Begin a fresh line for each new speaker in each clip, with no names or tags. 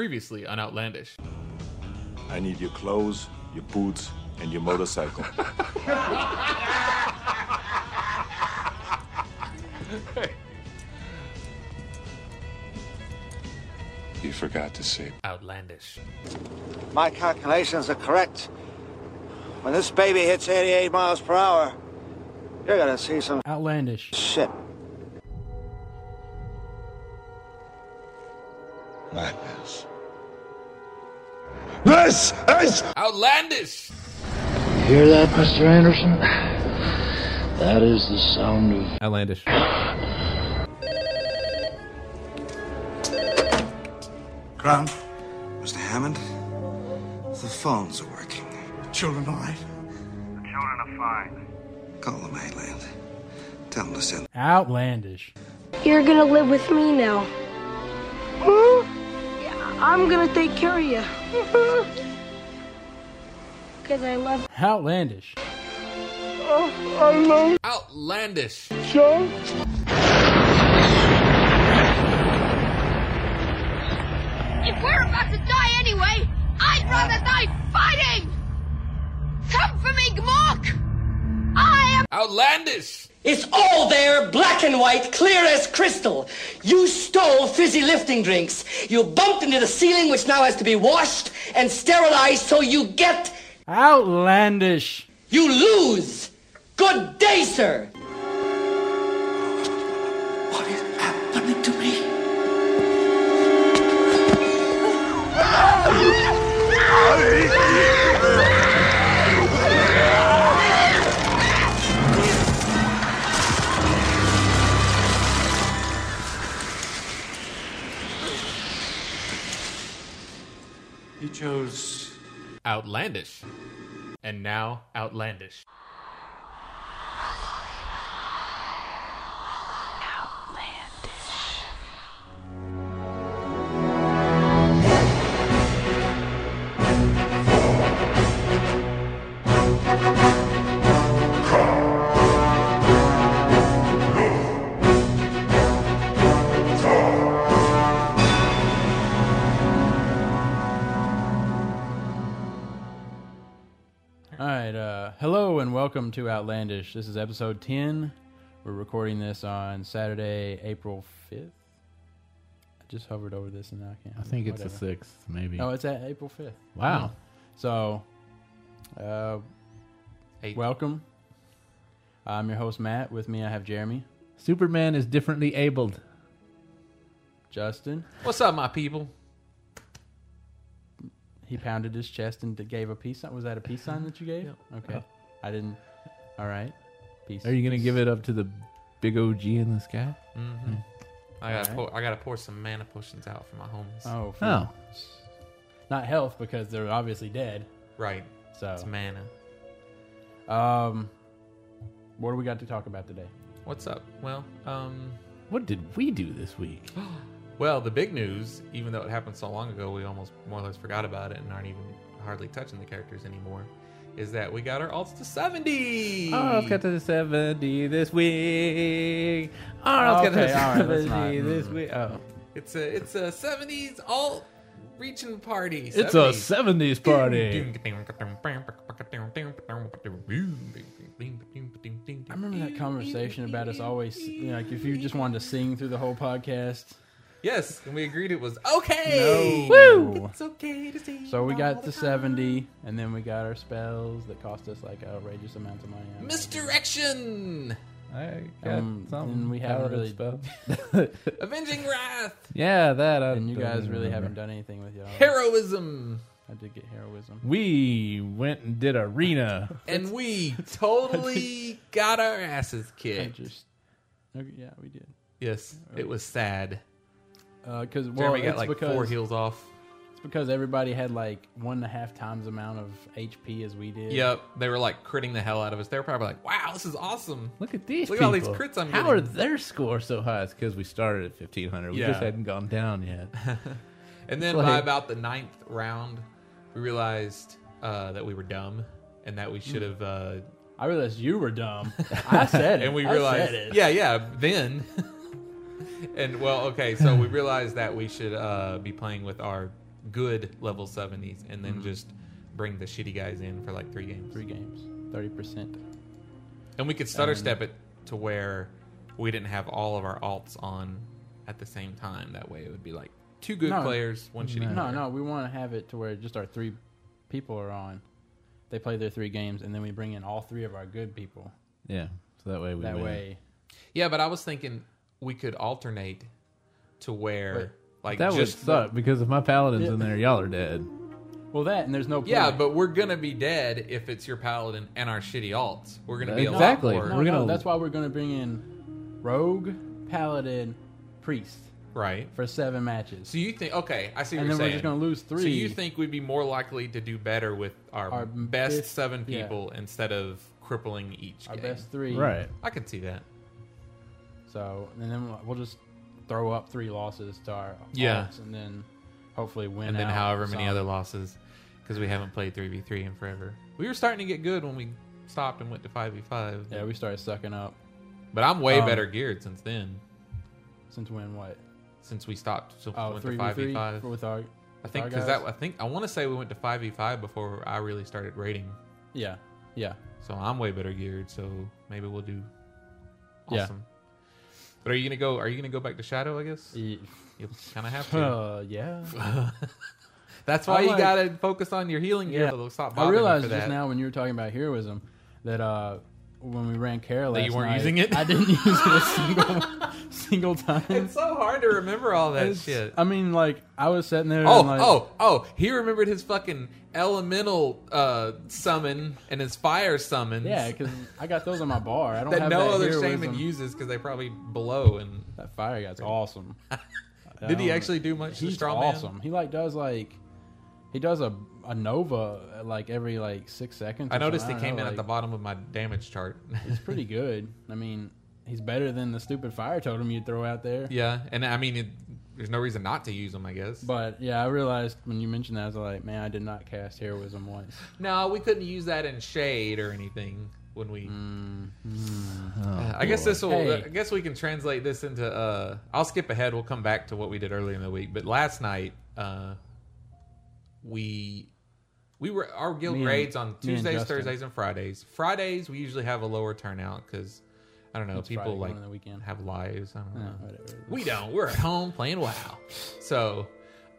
previously on Outlandish.
I need your clothes, your boots, and your motorcycle.
You forgot to say
Outlandish.
My calculations are correct. When this baby hits 88 miles per hour, you're gonna see some
Outlandish.
shit.
madness. This is
Outlandish!
Hear that, Mr. Anderson? That is the sound of
Outlandish.
Grant, Mr. Hammond, the phones are working. Children all right?
The children are fine.
Call the mainland. Tell them to send
Outlandish.
You're gonna live with me now. Hmm? Yeah, I'm gonna take care of you. Because I love
Outlandish.
Outlandish!
If we're about to die anyway, I'd rather die fighting! Come for me, Gmork! I am
Outlandish!
It's all there, black and white, clear as crystal. You stole fizzy lifting drinks. You bumped into the ceiling, which now has to be washed and sterilized, so you get.
Outlandish.
you lose. Good day, sir. What is happening to me?
He chose
Outlandish. And now, Outlandish.
All right. Uh, hello and welcome to Outlandish. This is episode 10. We're recording this on Saturday, April 5th. I just hovered over this and now I can't.
I think it's the
whatever.
sixth, maybe.
Oh, it's at April 5th.
wow.
So, uh,
Eight.
welcome. I'm your host, Matt. With me, I have Jeremy,
Superman is differently abled.
Justin.
What's up, my people?
He pounded his chest and gave a peace sign. Was that a peace sign that you gave? Okay. I didn't. All right. Peace.
Are you going to give it up to the big OG in the sky?
I gotta,
Alright.
pour, I gotta pour some mana potions out for my homies.
Oh, for-
Oh.
Not health because they're obviously dead.
Right.
So,
It's mana.
um, what do we got to talk about today?
What's up? Well, um,
What did we do this week?
well, the big news, even though it happened so long ago, we almost more or less forgot about it and aren't even hardly touching the characters anymore, is that we got our alts to 70!
Oh, I've got to the 70 this week. Oh, I've got to
Okay, all right,
the
that's
70
not-
this week. Oh.
It's a it's a seventies alt reaching party.
It's a 70s party.
I remember that conversation about us always, you know, like, if you just wanted to sing through the whole podcast.
Yes, and we agreed it was okay.
Woo!
It's okay to see.
So we got to 70, and then we got our spells that cost us like outrageous amounts of money.
misdirection,
I
Um, and we haven't
Paladin spell.
really-
avenging wrath,
yeah, that. I
And you
don't
guys really
remember.
haven't done anything with y'all.
heroism,
I did get heroism.
We went and did arena.
and we totally got our asses
I
kicked.
just. Okay, yeah, we did.
Yes, it was sad.
Because well,
Jeremy
it's
got like
because
four heals off.
it's because everybody had like one and a half times amount of HP as we did.
Yep, they were like critting the hell out of us. They were probably like, "Wow, this is awesome."
Look at these.
Look at all these
people.
crits I'm
How
getting.
are their scores so high? It's because we started at fifteen hundred. We
Yeah.
just hadn't gone down yet.
And then by
like-
about the ninth round, we realized uh, that we were dumb and that we should have. Uh,
I realized you were dumb. I said it.
and we
I
realized,
said it.
yeah, yeah, then. and well, okay, so we realized that we should uh, be playing with our good level 70s and then just bring the shitty guys in for like three games.
Mm-hmm. Three Um, games, thirty percent.
And we could stutter
And-
step it to where we didn't have all of our alts on at the same time. That way, it would be like two good
No.
players, one shitty.
No,
player.
no, we want to have it to where just our three people are on. They play their three games, and then we bring in all three of our good people.
Yeah. So that way we
that
win.
way,
Yeah, but I was thinking we could alternate to where like
that would
just
suck because if my paladin's in there, y'all are dead.
well, that and there's no point.
Yeah, but we're gonna be dead if it's your paladin and our shitty alts. We're gonna be
Exactly.
A lot
no,
more,
We're
no,
gonna-
that's why we're gonna bring in rogue, paladin, priest
right.
for seven matches.
So you think okay? I see. What
And
you're
then we're
saying.
just gonna lose
So you
three.
think we'd be more likely to do better with our,
Our
best
best-
seven
yeah.
people instead of crippling each?
our
game.
best three,
Right.
I can see that.
So and then we'll- we'll just throw up three losses to our
Yeah.
alts and then hopefully win.
and then
out
however many
some.
other losses because we haven't played 3v3 in forever. We were starting to get good when we stopped and went to 5v5.
Yeah, we started sucking up
But I'm way
Um,
better geared since then,
since when what?
since we stopped since we
Oh,
went to E
three v three
5v5.
with our.
I
with
think
our
because
guys?
that I think I want to say we went to 5v5 before I really started rating.
Yeah, yeah.
So I'm way better geared, so maybe we'll do
Yeah.
awesome. But are you going to go are you going to go back to shadow, I guess?
E-
You'll kind of have to.
Uh, yeah.
That's
I
why you
like-
got to focus on your healing gear. So they'll stop
I
bothering you
realized
for
just
that.
now when you were talking about heroism that uh, when we ran Kara
That
last
you weren't
night,
using it?
I didn't use it a single single time.
It's so hard to remember all that
It's-
shit.
I mean, like I was sitting there.
Oh,
and, like,
oh, oh! He remembered his fucking elemental uh, summon and his fire summons.
yeah, because I got those on my bar. I don't
that
have
no
that
other
heroism.
shaman uses because they probably blow. And
That fire guy's awesome. I
did he
don't-
actually do much? to
Um, He's
straw man?
awesome. He like does like he does a a nova uh, like every like six seconds.
I
or
noticed he
something. I
came
don't
in
know,
at the
like,
bottom of my damage chart.
It's pretty good. I mean, he's better than the stupid fire totem you throw out there.
yeah, and I mean, it, there's no reason not to use him, I guess.
But yeah, I realized when you mentioned that, I was like, man, I did not cast heroism once.
no, we couldn't use that in shade or anything when we. Uh, I guess this will.
Hey.
I guess we can translate this into. Uh, I'll skip ahead. We'll come back to what we did earlier in the week. But last night, uh, we we were our guild
Me and-
raids on
me and
Tuesdays,
Justin.
Thursdays, and Fridays. Fridays we usually have a lower turnout because I don't know
It's
people
Friday,
like
going on the weekend.
have lives. I don't
Yeah,
know.
whatever.
We don't. We're at home playing WoW. So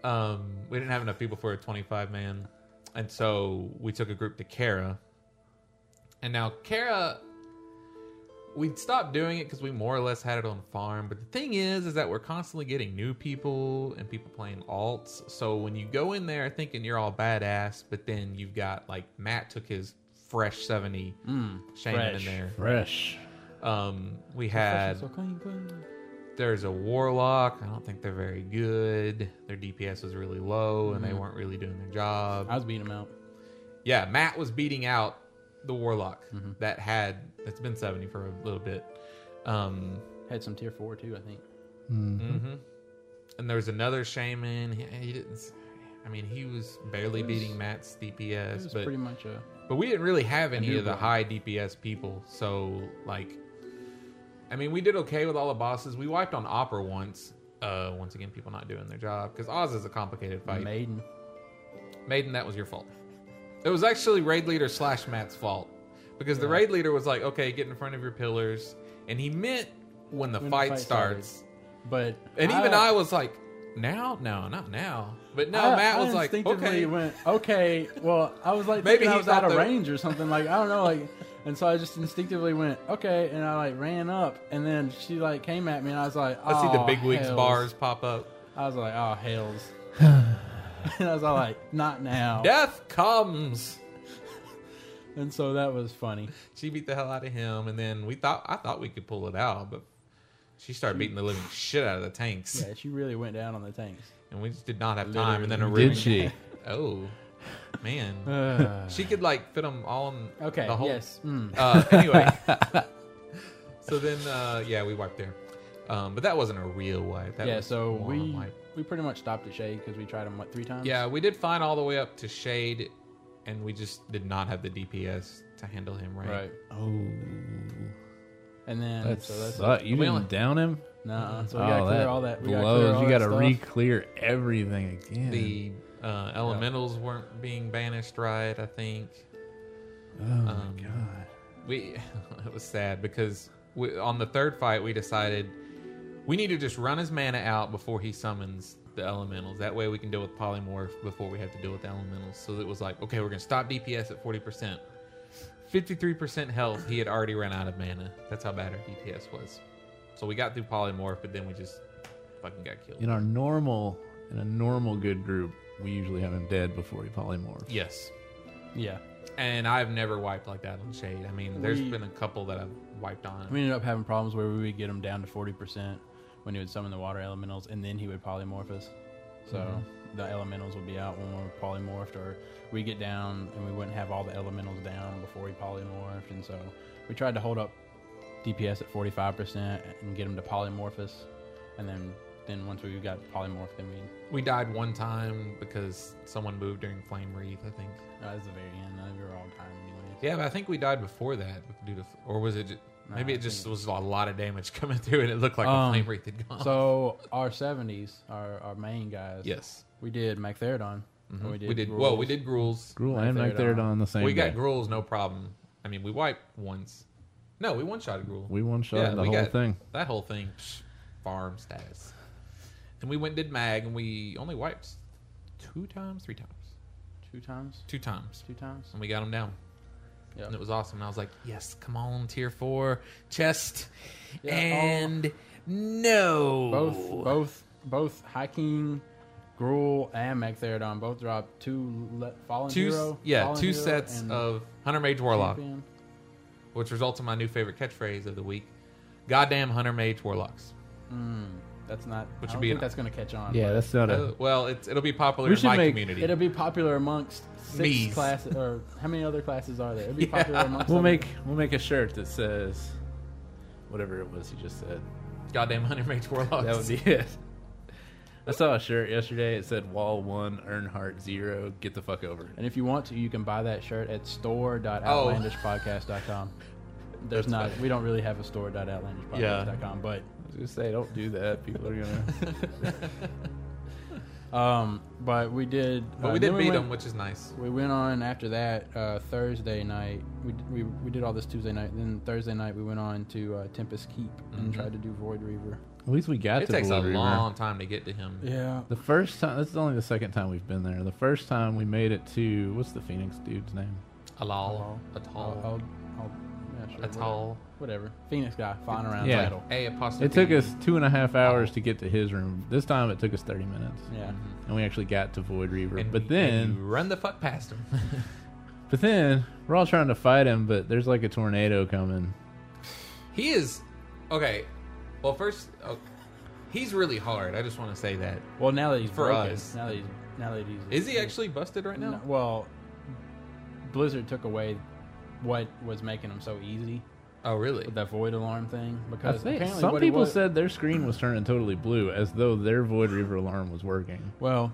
um, we didn't have enough people for a 25 man. And so we took a group to Kara. And now Kara, we'd stopped doing it because we more or less had it on farm. But the thing is, is that we're constantly getting new people and people playing alts. So when you go in there thinking you're all badass, but then you've got like Matt took his fresh 70 shaman
Mm, fresh.
in there.
Fresh.
Um, we had
So clean, clean.
there's a warlock. I don't think they're very good. Their DPS was really low, and they
Mm-hmm.
weren't really doing their job.
I was beating him out.
yeah, Matt was beating out the warlock
Mm-hmm.
that had that's been seventy for a little bit. Um,
Had some tier four too, I think.
and there was another shaman. He, he didn't. s- I mean, he was barely beating Matt's DPS,
It was
but
pretty much a
But we didn't really have any of the
newborn.
high DPS people, so like, I mean, we did okay with all the bosses. We wiped on Opera once. Uh, once again, people not doing their job because Oz is a complicated fight.
maiden.
Maiden, that was your fault. It was actually raid leader slash Matt's fault because the raid leader was like, "Okay, get in front of your pillars," and he meant when the
When the
fight,
fight started.
starts.
But
And even I was like, "Now, no, not now." But no,
I-
Matt
I
was like,
instinctively
"Okay,
went, okay. Well, I was like,
Maybe
maybe
he
I was out
thought that-
of range or something. Like I don't know, like. And so I just instinctively went, okay, and I like ran up, and then she like came at me, and I was like,
I see the
"Aw,
big wigs
hells."
bars pop up."
I was like, oh hells, and I was all like, not now.
Death comes.
And so that was funny.
she beat the hell out of him, and then we thought I thought we could pull it out, but she started beating the living shit out of the tanks,
Yeah, she really went down on the tanks.
and we just did not have time. And then a
Did
Ruin-
she?
Oh man, she could like fit them all in.
Uh. Okay.
the whole,
yes. Mm.
Uh, anyway, so then uh, yeah, we wiped there, um, but that wasn't a real wipe. That
Yeah.
was
So
more
we
wipe.
we pretty much stopped at shade because we tried them what three times.
Yeah, we did fine all the way up to shade, and we just did not have the DPS to handle him right.
Right.
Oh,
And then
that
so that's
suck. You
we
didn't
only-
down him.
no. So we
oh,
gotta clear
that
all that. We
blows.
Gotta clear all
you
that
gotta
stuff.
re-clear everything again.
The Uh, elementals weren't being banished right, I think.
Oh my god.
We it was sad because we, on the third fight we decided we need to just run his mana out before he summons the elementals. That way we can deal with polymorph before we have to deal with the elementals. So it was like, okay, we're gonna stop DPS at forty percent. 53% health, he had already run out of mana. That's how bad our DPS was. So we got through polymorph, but then we just fucking got killed.
In our normal, in a normal good group, we usually have him dead before he polymorphs.
Yes.
Yeah.
And I've never wiped like that on Shade. I mean, there's
We-
been a couple that I've wiped on.
We ended up having problems where we would get him down to forty percent when he would summon the water elementals, and then he would polymorph us. So
Mm-hmm.
the elementals would be out when we were polymorphed, or we get down and we wouldn't have all the elementals down before he polymorphed, and so we tried to hold up DPS at forty five percent and get him to polymorph us, and then then once we got polymorphed, then we
We died one time because someone moved during Flame Wreath, I think.
that was the very end. uh, We were all time anyways.
Yeah, but I think we died before that due to, or was it? ju- maybe
I
it just was a lot of damage coming through, and it looked like the
Um,
Flame Wreath had gone.
So our seventies, our our main guys.
Yes.
we did Macherodon. and
Mhm. we did. Well, we did Gruels.
Gruul and Macherodon the same
We got
day.
Gruels, no problem. I mean, we wiped once. No, we one shot Gruul.
We one-shotted the
we
whole
got
thing.
That whole thing, psh, farm status. Then we went and did Mag, and we only wiped two times, three times,
two times,
two times,
two times,
and we got him down.
Yeah.
And it was awesome. And I was like, yes, come on, tier four chest,
Yeah, all-
and no,
Both both both hiking, Gruul and Magtheridon both dropped two le- fallen
two,
hero.
yeah,
Fallen
two
Hero
sets
and
of Hunter Mage Warlock,
Champion.
which results in my new favorite catchphrase of the week: "Goddamn Hunter Mage Warlocks."
Mm, that's not.
Which would
I don't
be
think
an-
that's going to catch on.
Yeah,
but-
that's not a.
Uh, well, it's, it'll be popular
We
in
should
my
make
community.
it'll be popular amongst six
Me's.
classes or how many other classes are there? It'll be popular amongst.
We'll
other-
make we'll make a shirt that says whatever it was you just said.
Goddamn Hunter Mage Warlocks.
That would be it. I saw a shirt yesterday. It said "Wall One, Earnhardt Zero, get the fuck over." it."
And if you want to, you can buy that shirt at store.outlandishpodcast.com.
Oh.
There's not. We don't really have a store.outlandishpodcast.com, but
I was gonna say, don't do that. People are gonna.
um, but we did.
But
uh,
we
then
did beat
went-
them, which is nice.
We went on after that uh, Thursday night. We, we we did all this Tuesday night. Then Thursday night we went on to uh, Tempest Keep and tried to do Void Reaver.
At least we got
It
to
takes a
Blue River.
long time to get to him.
Yeah.
The first time. This is only the second time we've been there. The first time we made it to what's the Phoenix dude's name?
Alal,
I'll,
Atal,
I'll, I'll, yeah, sure,
Atal.
Whatever. Phoenix guy flying around
Yeah.
title.
A apostrophe.
It took us two and a half hours to get to his room. This time it took us thirty minutes,
Yeah.
Mm-hmm.
and we actually got to Void Reaver.
And-
but then.
and you run the fuck past him.
But then we're all trying to fight him, but there's like a tornado coming.
he is okay. Well, first, oh, he's really hard. I just want to say that.
Well, now that he's
For
broken,
us.
now that he's now that he's
Is he actually busted right now?
No, well, Blizzard took away what was making him so easy
Oh, really?
with that void alarm thing
I
because
think
apparently
some
what it
people
was-
said their screen was turning totally blue, as though their Void Reaver alarm was working.
Well,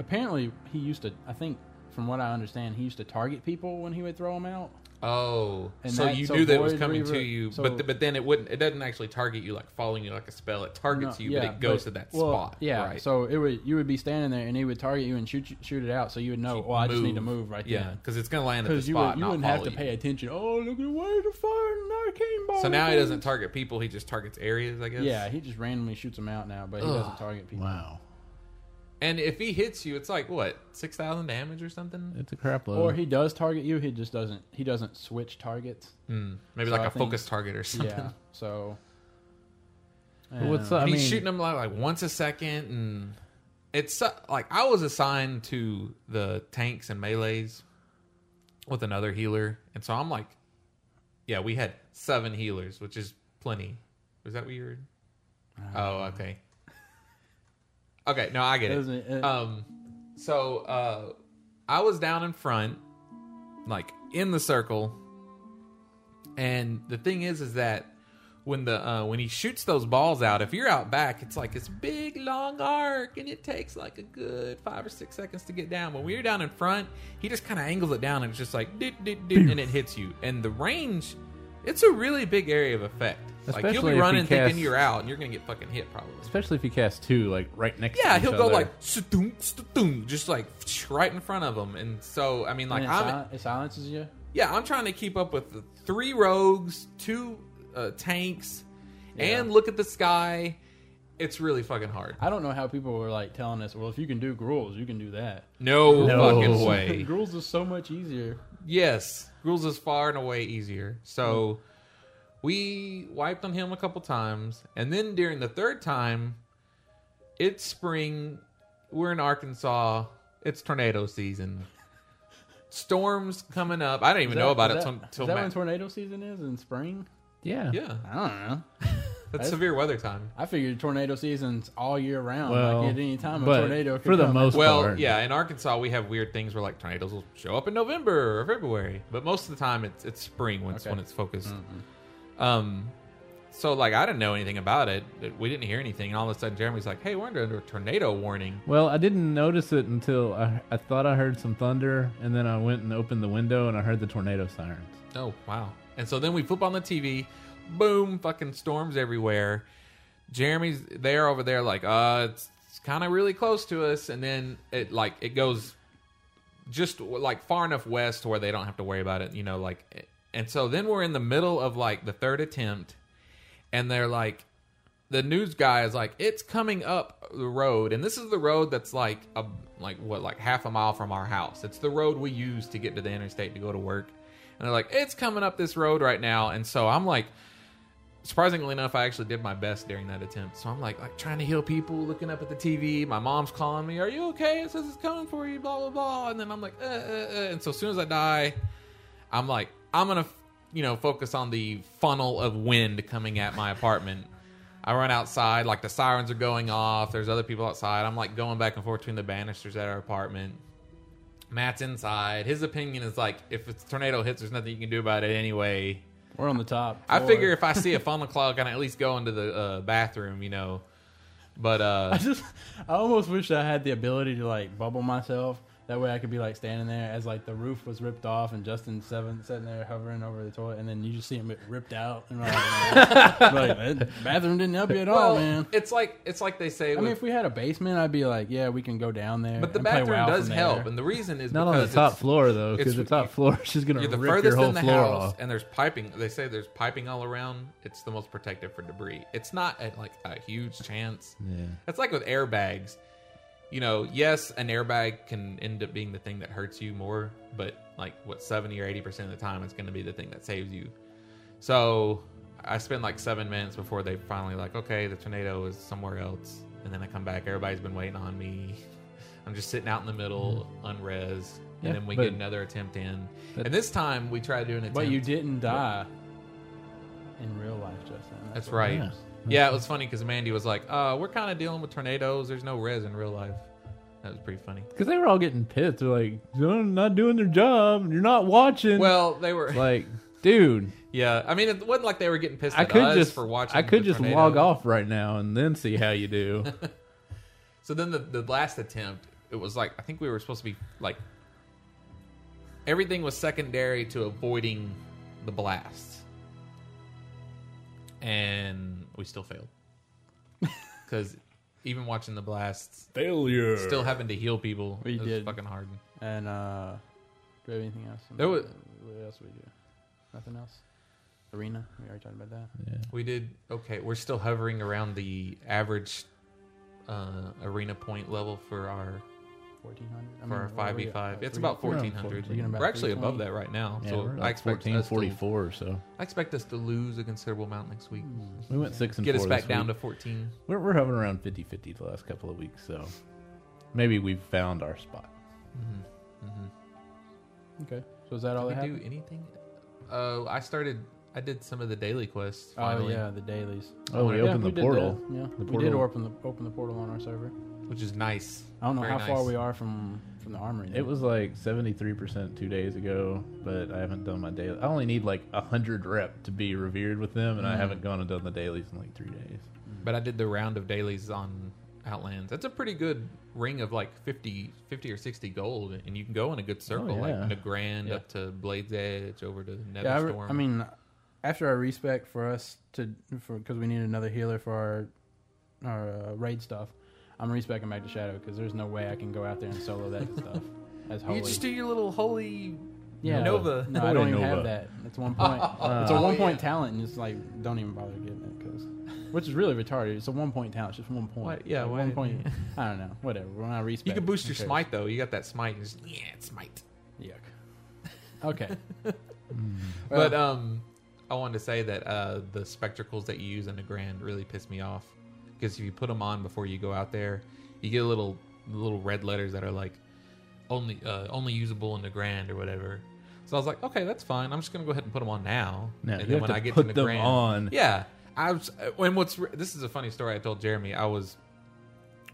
apparently he used to. I think from what I understand, he used to target people when he would throw them out.
Oh,
And
so
that-
you
so
knew that it was
Void
coming
Reaver-
to you,
so-
but th- but then it wouldn't. It doesn't actually target you like following you like a spell. It targets
No,
you,
yeah,
but it goes to that
well,
spot.
Yeah.
right.
So it would you would be standing there and he would target you and shoot you- shoot it out, so you would know. Well, I just need to move right
yeah,
there.
because it's gonna land at the
Because you,
spot.
would, you
not
wouldn't have
follow
to
you.
pay attention. Oh, look at where's the fire and arcane ball.
So now he
is."
doesn't target people. He just targets areas, I guess.
Yeah, he just randomly shoots them out now, but he doesn't target people.
Wow,
And if he hits you, it's like what six thousand damage or something.
it's a crap load.
Or he does target you. He just doesn't. He doesn't switch targets.
Mm, maybe
So
like
I
a
think-
focus target or something.
Yeah. So.
But what's
Yeah.
up? I
he's
mean,
shooting them like, like once a second, and it's su- like I was assigned to the tanks and melee's with another healer, and so I'm like, yeah, we had seven healers, which is plenty. Was that what you were? Oh, okay. Okay, no, I get it.
Doesn't it-
Um, so uh, I was down in front, like in the circle, and the thing is, is that when the uh, when he shoots those balls out, if you're out back, it's like this big long arc, and it takes like a good five or six seconds to get down. When we're down in front, he just kind of angles it down, and it's just like dit, dit, dit, and it hits you. And the range It's a really big area of effect. like you'll
Especially
be
if
running
he
thinking
casts-
you're out, and you're gonna get fucking hit probably.
Especially if he casts two, like right next.
Yeah,
to each
he'll go
other.
like "Stoom, stoom," just like right in front of him, and so I mean, like
it,
I'm
sil- it silences you.
yeah, I'm trying to keep up with the three rogues, two uh, tanks, and look at the sky. It's really fucking hard.
I don't know how people were like telling us, well, if you can do gruels, you can do that.
No fucking way.
gruels is so much easier.
Yes, Gruel's is far and away easier. So we wiped on him a couple times, and then during the third time, it's spring. We're in Arkansas. It's tornado season. Storms coming up. I didn't even
Is that-
know about
is
it
that-
till- till
Is that
Ma-
when tornado season is in spring?
Yeah.
Yeah.
I don't know.
That's severe weather time.
I figured tornado season's all year round.
Well,
like at any time a
but
tornado could
for the
come.
most
well,
part.
yeah, in Arkansas we have weird things where like tornadoes will show up in November or February, but most of the time it's it's spring when it's,
Okay.
when it's focused. Um, so like I didn't know anything about it. We didn't hear anything, and all of a sudden Jeremy's like, "Hey, we're under, under a tornado warning."
Well, I didn't notice it until I, I thought I heard some thunder, and then I went and opened the window and I heard the tornado sirens.
Oh wow! And so then we flip on the TV, boom, fucking storms everywhere. Jeremy's there over there, like, uh, it's, it's kind of really close to us, and then it like it goes just like far enough west to where they don't have to worry about it, you know, like. And so then we're in the middle of like the third attempt, and they're like, the news guy is like, it's coming up the road, and this is the road that's like a like what like half a mile from our house. It's the road we use to get to the interstate to go to work, and they're like, it's coming up this road right now, and so I'm like. Surprisingly enough, I actually did my best during that attempt. So I'm like, like trying to heal people, looking up at the TV. My mom's calling me, "Are you okay?" It says it's coming for you, blah blah blah. And then I'm like, uh, uh, uh. and so as soon as I die, I'm like, I'm gonna, you know, focus on the funnel of wind coming at my apartment. I run outside, like the sirens are going off. There's other people outside. I'm like going back and forth between the banisters at our apartment. Matt's inside. His opinion is like, if a tornado hits, there's nothing you can do about it anyway.
We're on the top.
I
floor.
figure if I see a funnel cloud, I can at least go into the uh, bathroom, you know. But uh,
I just, I almost wish I had the ability to like bubble myself. That way I could be like standing there as like the roof was ripped off and Justin Seven sitting there hovering over the toilet, and then you just see him get ripped out. And like, like, "That bathroom didn't help you at all,
well,
man.
it's like it's like they say.
I
with-
mean, if we had a basement, I'd be like, yeah, we can go down there.
but the
and play
bathroom
WoW from
does
there.
help, and the reason is
Not on the
because
top
it's-
floor though,
it's-
because the top floor is just gonna
You're the
rip
furthest
your whole
in the
floor
house,
off.
and there's piping. They say there's piping all around. It's the most protective for debris. It's not a, like a huge chance.
Yeah.
It's like with airbags. You know, yes, an airbag can end up being the thing that hurts you more, but like what seventy or eighty percent of the time, it's going to be the thing that saves you. So I spent like seven minutes before they finally like, okay, the tornado is somewhere else, and then I come back. Everybody's been waiting on me. I'm just sitting out in the middle, unres, and
Mm-hmm. Yeah,
then we
but-
get another attempt in. And this time we try to do an attempt.
But you didn't die in real life, Justin.
That's
what
right. Yeah,
matters.
it was funny because Mandy was like, uh, we're kind of dealing with tornadoes. There's no res in real life. That was pretty funny.
Because they were all getting pissed. They're like, "You're not doing their job. You're not watching."
Well, they were-
It's like, dude,
Yeah, I mean, it wasn't like they were getting pissed
I
at
could
us
just
for watching.
I could
the
just
tornado.
log off right now and then see how you do.
So then the, the last attempt, it was like, I think we were supposed to be like, everything was secondary to avoiding the blast. And we still failed. Because even watching the blasts,
Failure.
Still having to heal people.
We
it was
did.
fucking hard.
And uh, do we have anything else?
There was-
what else we do? Nothing else. Arena. We already talked about that.
We did okay. We're still hovering around the average uh, arena point level for our
Fourteen hundred.
for our five v five. It's about fourteen hundred. We're actually above that right now.
Yeah,
so
we're
I
like
expect us to-
1444 or so.
I expect us to lose a considerable amount next week.
Mm.
We went six and
get
four
us back
this
down
week.
to fourteen.
We're we're hovering around 50-50 the last couple of weeks, so maybe we've found our spot.
Okay. So is that all
Did
that
we do
Oh, happened?
anything? Uh, I started. I did some of the daily quests.
Oh
Finally,
yeah, the dailies.
Oh, we
Yeah,
opened the
did that.
portal.
Yeah, we
The
did
portal-
open the open the portal on our server.
which is nice.
I don't know
Very
how far
nice.
we are from from the armory.
It was like 73% two days ago, but I haven't done my daily. I only need like 100 rep to be revered with them, and I
Mm.
haven't gone and done the dailies in like three days.
But I did the round of dailies on Outlands. That's a pretty good ring of like 50, 50 or 60 gold, and you can go in a good circle,
Oh, yeah.
like Nagrand
Yeah.
up to Blade's Edge over to Netherstorm.
Yeah, I, re- I mean, after our respec for us to for because we need another healer for our our uh, raid stuff. I'm respecing back to Shadow because there's no way I can go out there and solo that stuff. As holy.
You just do your little holy
Yeah,
Nova.
No, I don't even have that. It's one point. it's a
Oh,
one point
yeah.
talent, and it's like don't even bother getting it because, which is really retarded. It's a one point talent, it's just one point.
Why- yeah,
Like,
why
one
didn't
point.
you-
I don't know. Whatever. We're not respec.
You can boost
Who
your
cares?
smite though. You got that smite. And just, yeah, it's smite.
Yuck. Okay.
But um, I wanted to say that uh, the spectacles that you use in the grand really piss me off because if you put them on before you go out there, you get little little red letters that are like only uh, only usable in the grand or whatever. So I was like, okay, that's fine. I'm just gonna go ahead and put them on now.
No,
and
you have to put them on.
yeah. I was when what's re- this is a funny story I told Jeremy. I was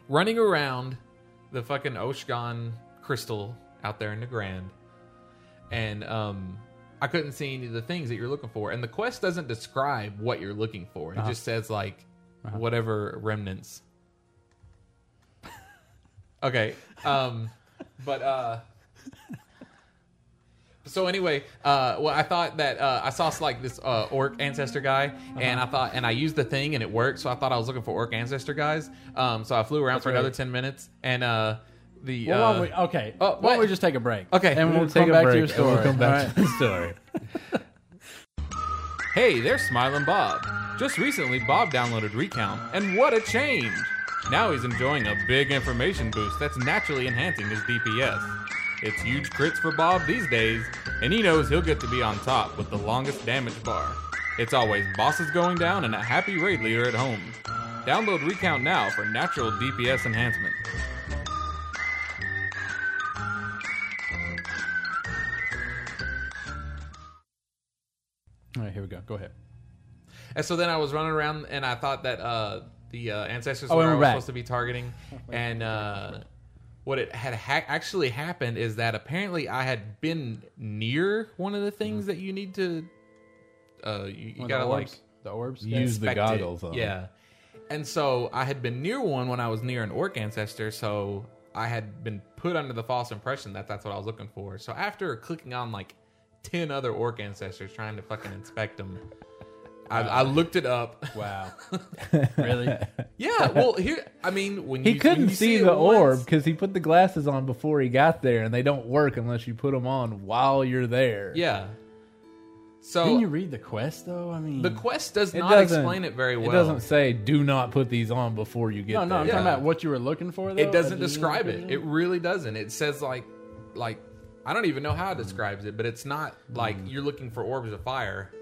running around the fucking Oshgon crystal out there in the Grand, and um, I couldn't see any of the things that you're looking for. And the quest doesn't describe what you're looking for; it
Uh-huh.
just says like whatever remnants. okay, um, but uh, so anyway, uh, well, I thought that uh, I saw like this uh, orc ancestor guy,
Uh-huh.
and I thought, and I used the thing, and it worked. So I thought I was looking for orc ancestor guys. Um, so I flew around for another ten minutes, and uh, the
Well, why
uh,
don't we, okay.
oh,
why don't we
what?
just take a break?
Okay.
and
We'll
we'll
take
come
a
back to
break
your
and
story.
we'll come back
All
to
right.
the story. Hey, there's Smiling Bob. Just recently, Bob downloaded Recount, and what a change! Now he's enjoying a big information boost that's naturally enhancing his DPS. It's huge crits for Bob these days, and he knows he'll get to be on top with the longest damage bar. It's always bosses going down and a happy raid leader at home. Download Recount now for natural DPS enhancement.
All right, here we go. Go ahead.
And so then I was running around, and I thought that uh, the uh, ancestors
Oh,
were
and
I
we're
was
back.
supposed to be targeting. And uh, what it had ha- actually happened is that apparently I had been near one of the things that you need to. Uh, you
Mm-hmm. One
you
of
gotta
the
like
orbs? The orbs?
Use the
inspect it.
goggles on.
Yeah, and so I had been near one when I was near an orc ancestor, so I had been put under the false impression that that's what I was looking for. So after clicking on like ten other orc ancestors trying to fucking inspect them, I, I looked it up.
Wow, really?
Yeah. Well, here I mean, when
He
you, when
couldn't
you
see,
it
the
once-
orb because he put the glasses on before he got there, and they don't work unless you put them on while you're there.
Yeah. So
Didn't you read the quest though? I mean,
Oh. the quest does
It
not
doesn't-
explain it very well.
It doesn't say do not put these on before you get
No, no,
there.
I'm talking about what you were looking for. Though.
it doesn't
Did you
describe
look at
it. It really doesn't. It says like, like I don't even know how it describes it, but it's not like
Mm.
you're looking for orbs of fire.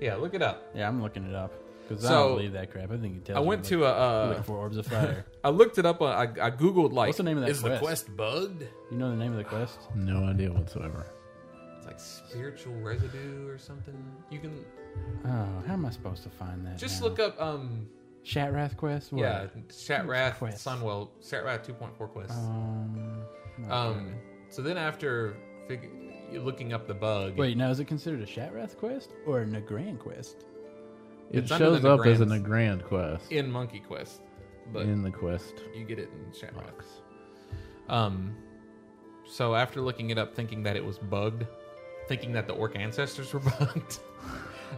Yeah, look it up.
Yeah, I'm looking it up because I
So-
don't believe that crap. I think it tells.
I
you
went
look-
to a.
you're
Uh,
looking for orbs of fire.
I looked it up. uh, I, I googled like.
What's the name of that
Is the
quest?
quest bugged?
you know the name of the quest?
No idea whatsoever.
It's like spiritual residue or something. You can
Oh, how am I supposed to find that?
just
now?
look up. Um,
Shatrath quest. What?
yeah, Shatrath
quest?
Sunwell Shatrath 2.4 quest.
Um, no,
um, so then after fig- looking up the bug,
wait, now is it considered a Shatrath quest or a Nagran quest?
It
It's under
shows
the
up as
Grand's-
an grand quest
in Monkey Quest, but
in the quest.
you get it in Shatrath. Um, so after looking it up, thinking that it was bugged, thinking that the orc ancestors were bugged,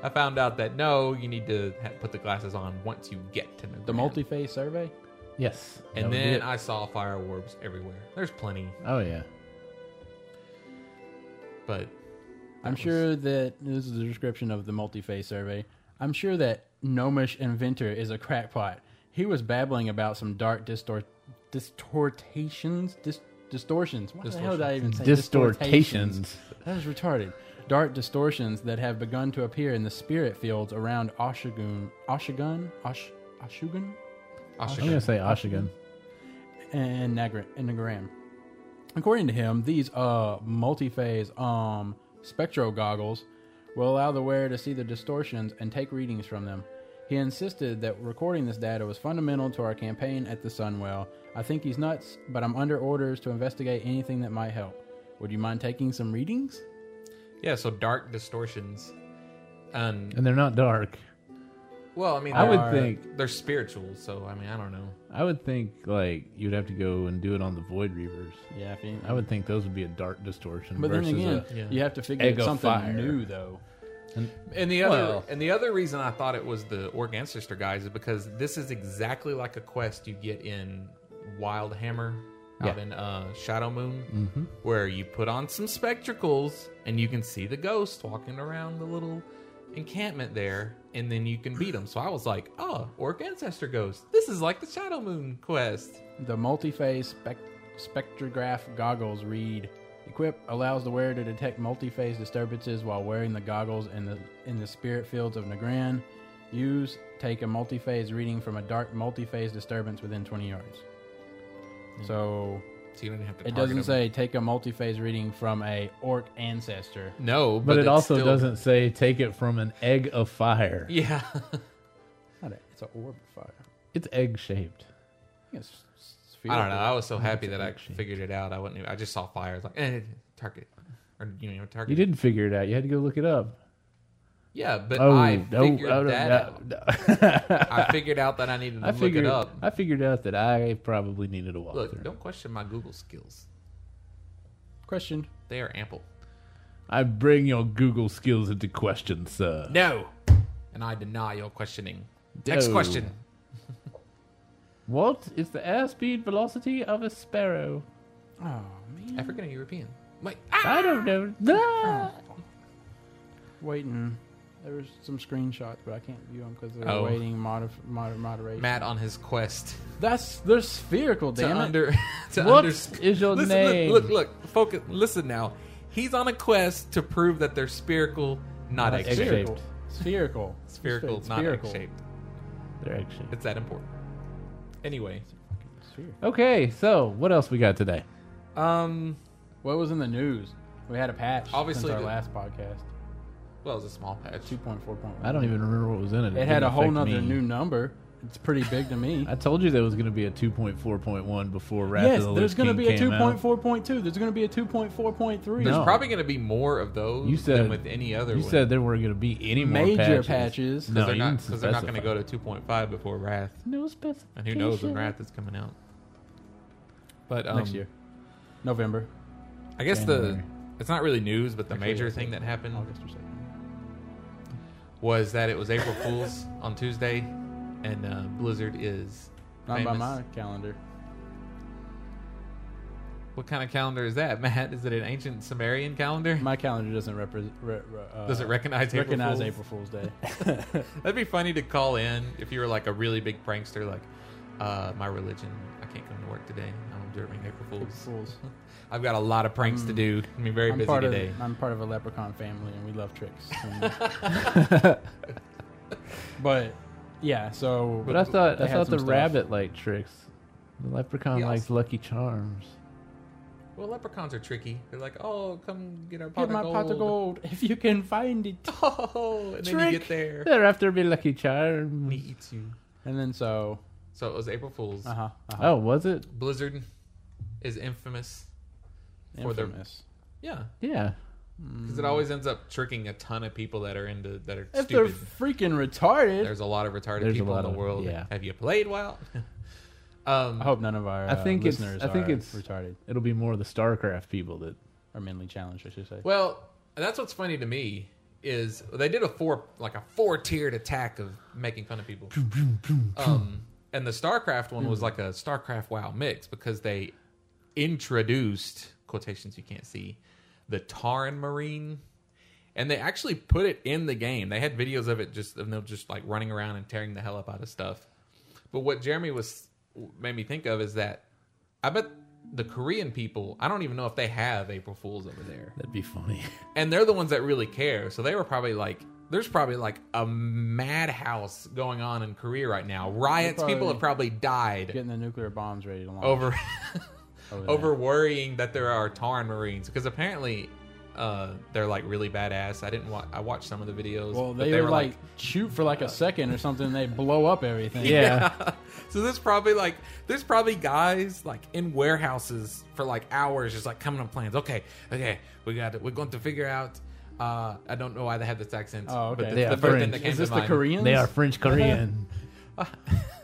I found out that no, you need to ha- put the glasses on once you get to Nagran.
The multi-phase survey.
Yes. that
And
would be
then
it.
I saw fire orbs everywhere. There's plenty,
oh yeah,
but
I'm sure that this is the description of the multi-phase survey. I'm sure that gnomish inventor is a crackpot. He was babbling about some dark distort distortations, dis- distortions. What the hell did I even say?
distortations.
That is retarded. Dark distortions that have begun to appear in the spirit fields around Oshagun, Oshagun, Osh, Oshugun,
I'm gonna say Oshigan.
and Nagra- and Nagram. According to him, these uh multi-phase um spectro goggles will allow the wearer to see the distortions and take readings from them. He insisted that recording this data was fundamental to our campaign at the Sunwell. I think he's nuts, but I'm under orders to investigate anything that might help. Would you mind taking some readings?
yeah. So dark distortions, um,
and they're not dark.
well, I mean,
I would
they're-
think-
they're spiritual. So I mean, I don't know.
I would think like you'd have to go and do it on the Void Reavers.
Yeah, if you,
I would think those would be a dark distortion
But then
versus
again,
a
you have to figure
egg
out
of
something
fire.
new though.
And the other
Well-
and the other reason I thought it was the Orc Ancestor guys is because this is exactly like a quest you get in Wild Hammer out
Yeah.
in uh, Shadow Moon,
Mhm.
where you put on some spectacles and you can see the ghost walking around the little encampment there, and then you can beat them. So I was like, oh, Orc Ancestor ghost. This is like the Shadow Moon quest.
The multi-phase spec- spectrograph goggles read: Equip allows the wearer to detect multi-phase disturbances while wearing the goggles in the in the spirit fields of Nagran. Use take a multi-phase reading from a dark multi-phase disturbance within 20 yards. Hmm. So,
so you don't have to
it
target
doesn't
them.
say take a multi-phase reading from a orc ancestor.
No,
but, it also doesn't say take it from an egg of fire.
Yeah.
Not a- it's an orb of fire.
It's egg shaped.
I think it's s-
I
spherical.
don't know. I was so
think
happy
it's
that
an
I
egg shape.
figured it out. I wouldn't. Even, I just saw fire. I was like, eh, target, or you know, target.
You didn't figure it out. You had to go look it up.
Yeah, but
Oh,
I
no,
figured
oh, no,
that
no,
out. I figured out that I needed to
I
look
figured,
it up.
I figured out that I probably needed a walkthrough.
Look, don't question my Google skills.
Questioned.
They are ample.
I bring your Google skills into question, sir.
No, and I deny your questioning. Next
No.
question.
What is the airspeed velocity of a sparrow?
Oh man,
African or European? Wait,
I don't know. Ah!
waiting. There was some screenshots, but I can't view them because they're
Oh.
waiting modif- moder- moderation.
Matt on his quest.
That's they're spherical.
To
damn
under,
it!
to unders- listen, Look, look, look, focus. Listen now. He's on a quest to prove that they're spherical, not,
Not
egg-shaped.
spherical. Spherical.
spherical,
Sp-
not
spherical.
egg-shaped.
They're egg-shaped.
It's that important. Anyway,
Okay, so what else we got today?
um,
what was in the news? We had a patch.
Obviously
since our
the-
last podcast.
well, it's a small patch.
Two point four point.
I don't even remember what was in it.
It had
didn't
a whole
affect
nother
me.
new number. It's pretty big to me.
I told you there was going to be a 2.4.1 before Wrath
yes,
of the Lich
there's going to
King
be a
came
two
out.
point four point two. There's going to be a two point four point three.
There's probably going to be more of those
You said
than with any other
You
one.
said there weren't going to be any more
Major
patches.
patches.
'Cause
No,
they're
you
not
didn't
because they're not going to
specify.
go to 2.5 before Wrath.
No specification.
And who knows when Wrath is coming out? But um,
next year, November.
I guess the
January.
it's not really news, but the
Actually,
major
it's
thing that happened
August or something.
was that it was April Fools on Tuesday, and uh, Blizzard is
Not by
famous-
my calendar.
What kind of calendar is that, Matt? Is it an ancient Sumerian calendar?
My calendar doesn't represent. Re, re, uh,
Does it recognize April
recognize
Fool's?
April Fool's Day?
That'd be funny to call in if you were like a really big prankster, like uh, my religion. I can't come to work today. I'm observing April Fools. I've got a lot of pranks to
Mm.
do. I'm very
I'm
busy
part
today.
Of, I'm part of a leprechaun family, and we love tricks. And- but yeah, so
But I thought
they
I
had
thought
some
the
stuff.
rabbit liked tricks. The leprechaun
Yes.
likes Lucky Charms.
Well, leprechauns are tricky. They're like, oh, come get our pot
Get
of
my
gold.
pot of gold if you can find it.
Oh, and then you get there.
Thereafter be Lucky Charms.
He eats you.
And then so
So it was April Fool's.
Uh-huh, uh-huh.
Oh, was it?
Blizzard is infamous.
Infamous.
yeah.
Yeah.
Because it always ends up tricking a ton of people that are into that are
if
stupid.
they're freaking retarded,
There's a lot of retarded
There's a
people in
lot
the
of-
world.
yeah.
Have you played WoW? um,
I hope none of our
I think
uh,
it's
listeners
I think
are
it's
retarded
It'll be more the StarCraft people that
or mentally challenged. I should say.
Well, that's what's funny to me is they did a four like a four tiered attack of making fun of people. um, and the StarCraft one was like a StarCraft WoW mix because they introduced quotations you can't see the Taran Marine. And they actually put it in the game. They had videos of it just of them just like running around and tearing the hell up out of stuff. But what Jeremy was made me think of is that I bet the Korean people, I don't even know if they have April Fools over there.
that'd be funny.
And they're the ones that really care. So they were probably like, there's probably like a madhouse going on in Korea right now. Riots,
They're
people have probably died
Getting the nuclear bombs ready to launch Oh,
over
over, there.
over worrying that there are Tarn Marines because apparently uh, they're like really badass. I didn't watch. I watched some of the videos.
Well,
but
they, were like, shoot for like a second or something, and they blow up everything.
so there's probably like there's probably guys like in warehouses for like hours just like coming up plans. Okay, okay, we got it. We're going to figure out uh I don't know why they have this accent.
Oh, okay.
But
They
the, the
are
first thing
French.
that came
Is this
to
the
mind.
Koreans?
They are French Korean.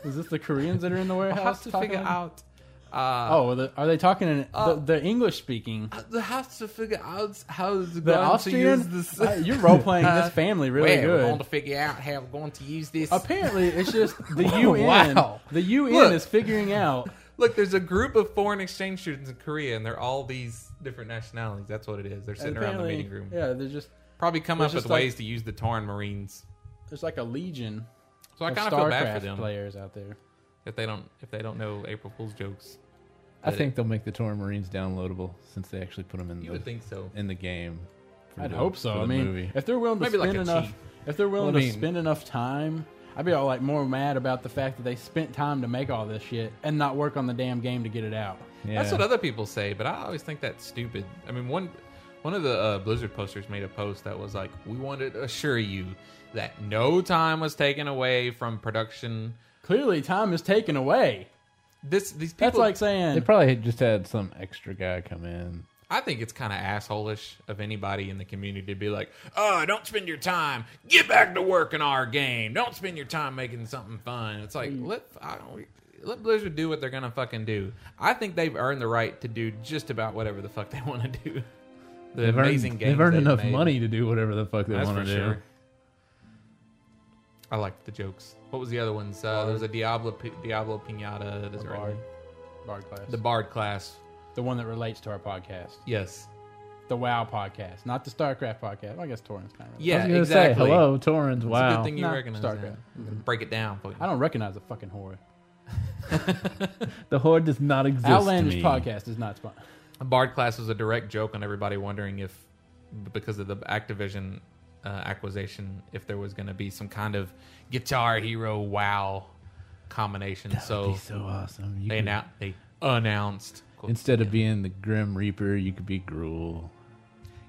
Is this the Koreans that are in the warehouse?
I'll have to
talking
figure
like-
out Uh,
oh, well, the, are they talking in
uh,
the, the English speaking?
The have to figure out how it's
The
going
Austrian?
to use this.
Uh, you're role-playing this family really
well, We're
good.
going to figure out how we're going to use this.
Apparently, it's just the UN. The UN
Look.
is figuring out.
Look, there's a group of foreign exchange students in Korea, and they're all these different nationalities. That's what it is. They're sitting around the
Apparently,
meeting room.
Yeah, they're just
probably come
there's
up with
just like-
ways to use the Tarn Marines.
There's like a legion.
So I
of
kind of feel bad
StarCraft
for them
Players out there.
if they don't if they don't know April Fool's jokes.
I
But
think they'll make the Tor Marines downloadable since they actually put them in.
You
the,
would think so.
in the game. for
I'd
the-
hope so.
for the
I mean,
movie.
if they're willing to
Maybe like
spend
a
enough,
cheat.
if they're willing
Well, I
to
mean-
spend enough time, I'd be all like more mad about the fact that they spent time to make all this shit and not work on the damn game to get it out.
That's what other people say, but I always think that's stupid. I mean, one one of the uh, Blizzard posters made a post that was like, "We wanted to assure you that no time was taken away from production."
Clearly, time is taken away.
This these people
That's like saying
they probably had just had some extra guy come in.
I think it's kind of assholish of anybody in the community to be like, "Oh, don't spend your time. Get back to work in our game. Don't spend your time making something fun." It's like
Mm.
let I don't, let Blizzard do what they're gonna fucking do. I think they've earned the right to do just about whatever the fuck they want to do. The
They've earned-
amazing games
They've earned
they've
enough
made.
money to do whatever the fuck they
That's
want to
for
do.
sure. I liked the jokes. What was the other ones? Uh, there was a Diablo pi- Diablo Pinata. Is there
Bard.
any-
Bard class.
The Bard class.
the one that relates to our podcast,
Yes.
the WoW podcast, not the StarCraft podcast. I guess Torrent's kind of.
Yeah,
I was gonna say,
exactly.
hello, Torrens,
It's a
wow.
good thing you
Nah,
recognize
Starcraft.
that. Break it down for you.
I don't recognize a fucking whore.
The horde does not exist. to
Outlandish
me.
podcast is not spon-
A Bard class was a direct joke on everybody wondering if, because of the Activision uh, acquisition, if there was going to be some kind of Guitar Hero WoW combination. so
be so awesome. You
they,
could-
annou- they announced.
Instead of being the Grim Reaper, you could be Gruul.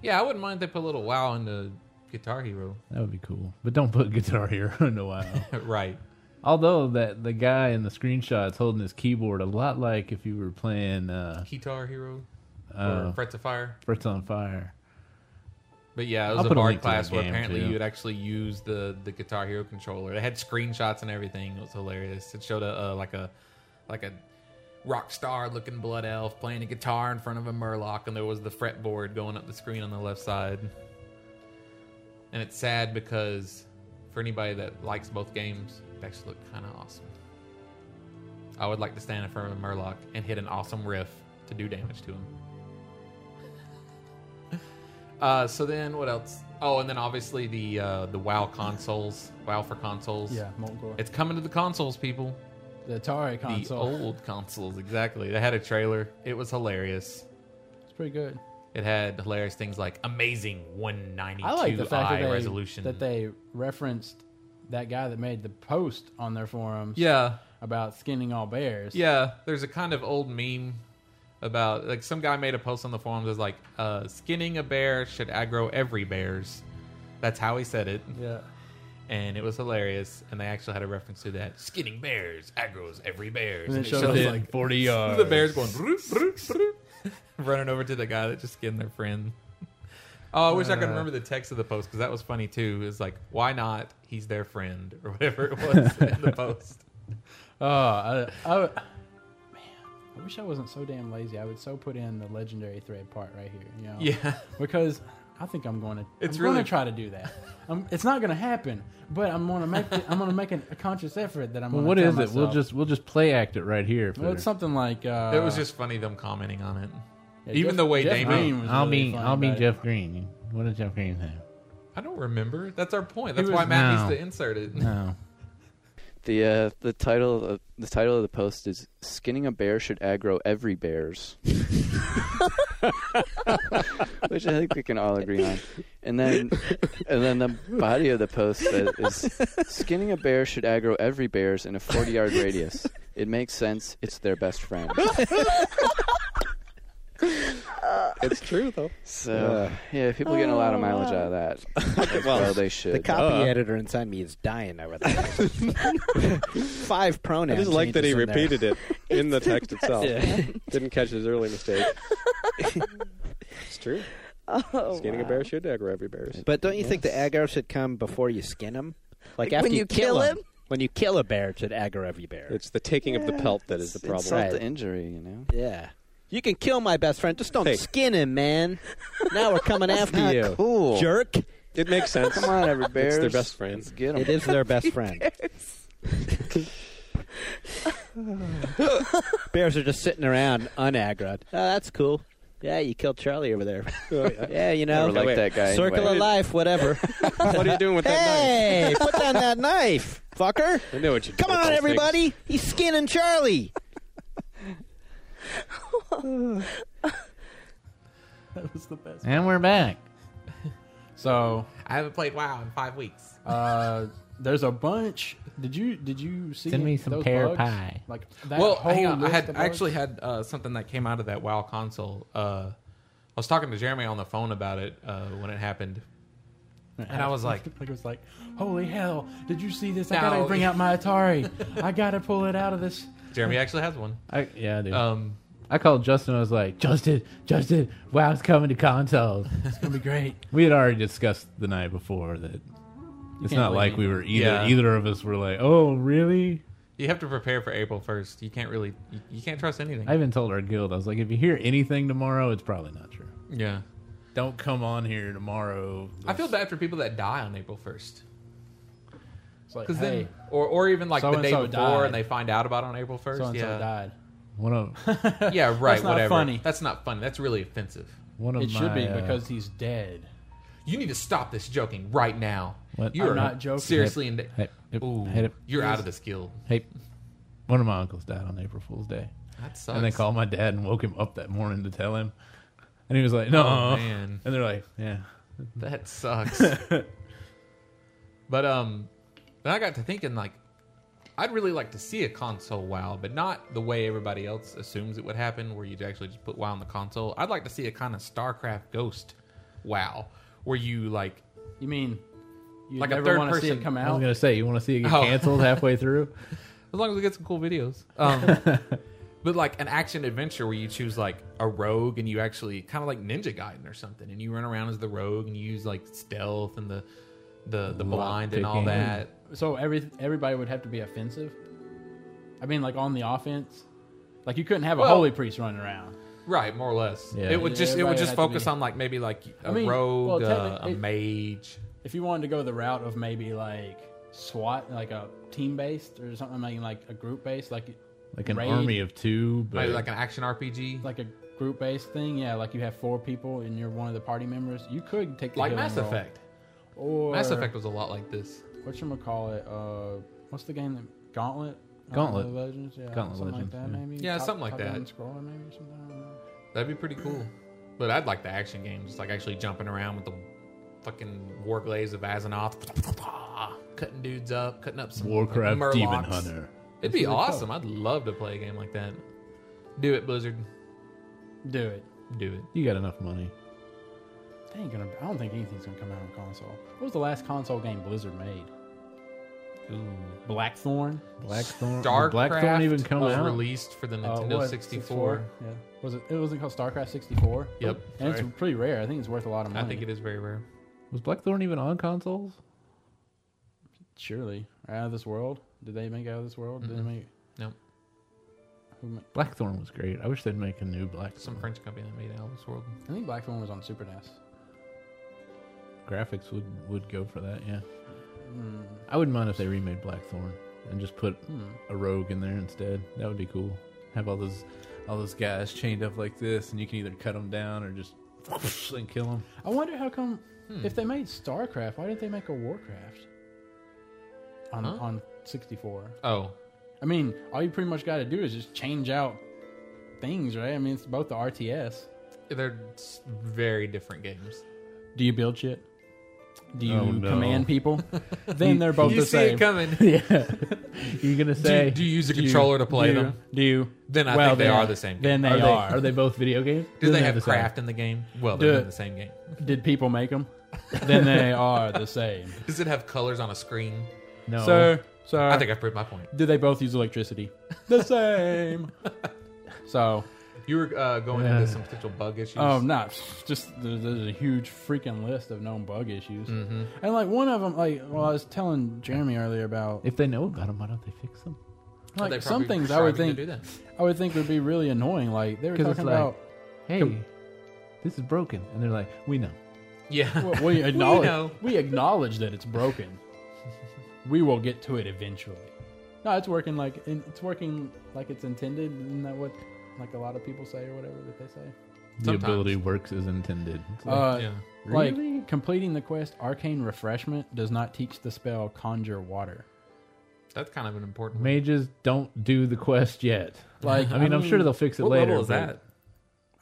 Yeah, I wouldn't mind if they put a little WoW into Guitar Hero.
That would be cool. But don't put Guitar Hero in a while.
right.
Although that the guy in the screenshot's holding his keyboard a lot like if you were playing uh,
Guitar Hero
Uh,
or Frets of Fire.
Fritz on Fire.
But yeah, it
I'll
was
put
a
a
Bard
link to that
class where
game,
apparently
too.
you would actually use the the Guitar Hero controller. They had screenshots and everything. It was hilarious. It showed a uh, like a like a rock star looking blood elf playing a guitar in front of a murloc, and there was the fretboard going up the screen on the left side. And it's sad because for anybody that likes both games, it actually looked kind of awesome. I would like to stand in front of a murloc and hit an awesome riff to do damage to him. Uh, so then, what else? Oh, and then obviously the uh, the WoW consoles, WoW for consoles.
Yeah, Molten Core.
It's coming to the consoles, people.
The Atari console.
The old consoles, exactly. They had a trailer. It was hilarious.
It's pretty good.
It had hilarious things like amazing 192i
I like the fact that they,
resolution.
that they referenced that guy that made the post on their forums.
Yeah.
About skinning all bears.
Yeah, there's a kind of old meme about like some guy made a post on the forums that's like, uh, "Skinning a bear should aggro every bears." That's how he said it.
Yeah.
And it was hilarious, and they actually had a reference to that. Skinning bears aggros every bear.
And it shows it in 40 yards.
The bears going "Broop, broop, broop," running over to the guy that just skinned their friend. Oh, I wish I could
Uh.
remember the text of the post because that was funny too. Is like, why not? He's their friend or whatever it was in the post.
Oh, I, I, man, I wish I wasn't so damn lazy. I would so put in the legendary thread part right here. You know?
Yeah.
Because I think I'm going to.
It's
I'm going
really-
to try to do that. i it's not going to happen, but I'm going to make. It, I'm going to make an, a conscious effort that I'm.
Well,
gonna
what
tell
is it? We'll
myself.
just we'll just play act it right here.
Well, it's something like. Uh,
it was just funny them commenting on it.
Yeah,
Even
Jeff-
the way
Jeff
Damon,
Green was
I'll
really
be
funny
I'll be
about it.
Jeff Green. What did Jeff Green say?
I don't remember. That's our point.
He
That's
was-
why Matt
No.
needs to insert it.
No.
The uh, the title of the title of the post is "Skinning a Bear Should Aggro Every Bears," which I think we can all agree on. And then, and then the body of the post says, is "Skinning a bear should aggro every bears in a 40-yard radius. It makes sense. It's their best friend."
It's true though.
So yeah, people getting a lot of mileage out of that. Like, well, they should.
The copy
Uh.
editor inside me is dying over that. Five pronouns.
I just like that he
changes in there.
repeated it
in
the text itself.
Yeah.
Didn't catch his early mistake. it's true.
Oh,
Skinning a bear should aggro every bear.
But don't you think the aggro should come before you skin him? Like,
Like
after
when
you,
you kill
him.
him?
When you kill a bear, it should aggro every bear.
It's the taking of the pelt that is the problem.
insult to
injury, you know.
Yeah. You can kill my best friend, just don't
Hey.
skin him, man. now we're coming after
not
you.
cool.
Jerk.
It makes sense. Come on, every It's their
bears.
best friend. Let's get 'em.
It is their best friend. Bears are just sitting around unaggroed. Oh, that's cool. Yeah, you killed Charlie over there. Oh, yeah. you know,
Never liked Okay, that guy
Circle
anyway.
of life, whatever.
what are you doing with that
hey,
knife?
put down that knife, fucker!
I know what you
Come
did,
on,
Paul
everybody! He's skinning Charlie.
That was the best.
And
we're back. So
I haven't played WoW in five weeks.
uh, there's a bunch. Did you did you see?
Send me some
those
pear
bugs?
pie.
Like that
Well,
whole
hang on. I
list
had
of
I
bugs?
actually had uh, something that came out of that WoW console. Uh, I was talking to Jeremy on the phone about it uh, when it happened, and I was like,
like it was like, holy hell! Did you see this? I
No.
gotta bring out my Atari. I gotta pull it out of this.
Jeremy actually has one.
I, yeah,
Oh.
dude.
Um,
I called Justin. I was like, Justin, Justin, WoW's coming to consoles.
It's gonna be great.
we had already discussed the night before that it's
can't
not like
wait.
we were either.
Yeah.
Either of us were like, oh, really?
You have to prepare for April first. You can't really, you, you can't trust anything.
I even told our guild. I was like, if you hear anything tomorrow, it's probably not true.
yeah,
Don't come on here tomorrow.
I feel bad for people that die on April first.
It's like,
Because
hey,
then, or, or even like the day
so-and-so
before,
died.
and they find out about it on April first.
So-and-so
yeah,
died.
One of
yeah, right.
That's not
whatever.
funny.
That's not funny. That's really offensive.
one
Oh
of
it
my,
should be
uh,
because he's dead.
You need to stop this joking right now.
What?
You
I'm
are
not joking.
Seriously, in
Hey, yep,
ooh,
hit it.
you're out of this guild.
Hey, one of my uncles died on April Fool's Day.
That
And they
sucks.
called my dad and woke him up that morning to tell him, and he was like, "No."
Oh, man.
And they're like, "Yeah."
That sucks. but um, then I got to thinking like, I'd really like to see a console WoW, but not the way everybody else assumes it would happen, where you'd actually just put WoW on the console. I'd like to see a kind of StarCraft Ghost WoW, where you like,
you mean, you
like a
never
third
want to
person
see it come
I was
out.
gonna say, you want to see it get
Oh.
canceled halfway through?
As long as we get some cool videos. Um, but like an action adventure where you choose like a rogue and you actually kind of like Ninja Gaiden or something, and you run around as the rogue and you use like stealth and the the the blind and all
picking.
that.
So every everybody would have to be offensive. I mean, like on the offense, like you couldn't have a
Well-
holy priest running around.
Right, more or less.
Yeah.
It would just it would
Everybody
just
had to
focus
be-
on like maybe like a
I mean,
rogue,
well,
uh, a
technically-
mage.
If you wanted to go the route of maybe like SWAT, like a team based or something, I mean, like a group based, like
Like an
raid,
army of two, but
Maybe like an action RPG,
like a group based thing. Yeah, like you have four people and you're one of the party members. You could take the
like
healing
Mass
role.
Effect.
or
Mass Effect was a lot like this.
what you call it? Uh, what's the game? That, Gauntlet. Uh,
Gauntlet.
Legends. Yeah,
Gauntlet
something
Legends,
Like that,
yeah.
maybe.
Yeah,
Top-
something like
top
that.
down Scroller maybe or something. I don't know.
That'd be pretty cool. But I'd like the action games, like actually jumping around with the fucking war glaives of Azanoth, cutting dudes up, cutting up some
Warcraft
Murlocs.
Demon Hunter.
It'd be
That's really cool.
awesome. I'd love to play a game like that. Do it, Blizzard.
Do it.
Do it.
you got enough money.
They ain't gonna. I don't think anything's gonna come out on console. What was the last console game Blizzard made? Blackthorn.
Blackthorn. did
Dark
Blackthorn even come
was
out?
released for the
Uh,
Nintendo
what,
64.
Yeah. Was it? It wasn't called StarCraft 64.
Yep.
And
Sorry.
it's pretty rare. I think it's worth a lot of
I
money.
think it is very rare.
Was Blackthorn even on consoles?
Surely, out of this world. Did they make out of this world? Did they make?
Mm-hmm. Nope.
Who ma-
Blackthorn was great. I wish they'd make a
Some
new Blackthorn.
French company that made Alice World.
I think Blackthorn was on Super E NES.
Graphics would would go for that. Yeah,
Hmm.
I wouldn't mind if they remade Blackthorn and just put
Hmm.
a rogue in there instead. That would be cool. Have all those all those guys chained up like this, and you can either cut them down or just and kill them.
I wonder how come
Hmm.
if they made StarCraft, why didn't they make a Warcraft on
Huh?
on 64?
Oh,
I mean, all you pretty much got to do is just change out things, right? I mean, it's both the RTS.
they're s- very different games.
Do you build shit? Do you
Oh, no.
command people? then they're both
you
the
see
same.
it coming.
Yeah, you're
Do,
gonna say
you- do you use a
Do you-
controller to play
do you-
them?
Do you?
Then I
Well,
think they
then-
are the same.
Then
game.
they
are,
are.
they are they both video games?
Do
Then
they
they're
have
the same.
craft in the game? Well,
Do
they're
it.
in the same game.
Did people make them? then they are the same.
Does it have colors on a screen?
No,
Sir, sir.
I think I've proved my point.
Do they both use electricity? The same. so,
You were uh, going into some potential bug issues.
Oh, no! Just there's, there's a huge freaking list of known bug issues,
Mhm.
and like one of them, like well, I was telling Jeremy earlier about
If they know about them, why don't they fix them?
like
they
some
probably
things I would
striving
think
to
I would think would be really annoying. Like they were
Because it's
talking
like,
about,
hey, this is broken, and they're like, we know.
Yeah.
Well, we
We
acknowledge
know.
we acknowledge that it's broken. we will get to it eventually. No, it's working like in- it's working like it's intended. Isn't that what like a lot of people say or whatever that they say?
The
Sometimes.
ability works as intended. It's
Uh,
like,
Like
really?
completing the quest Arcane Refreshment does not teach the spell Conjure Water.
That's kind of an important.
mages don't do the quest yet.
Like
I mean, I am sure they'll fix it
what
later.
level is
but-
that?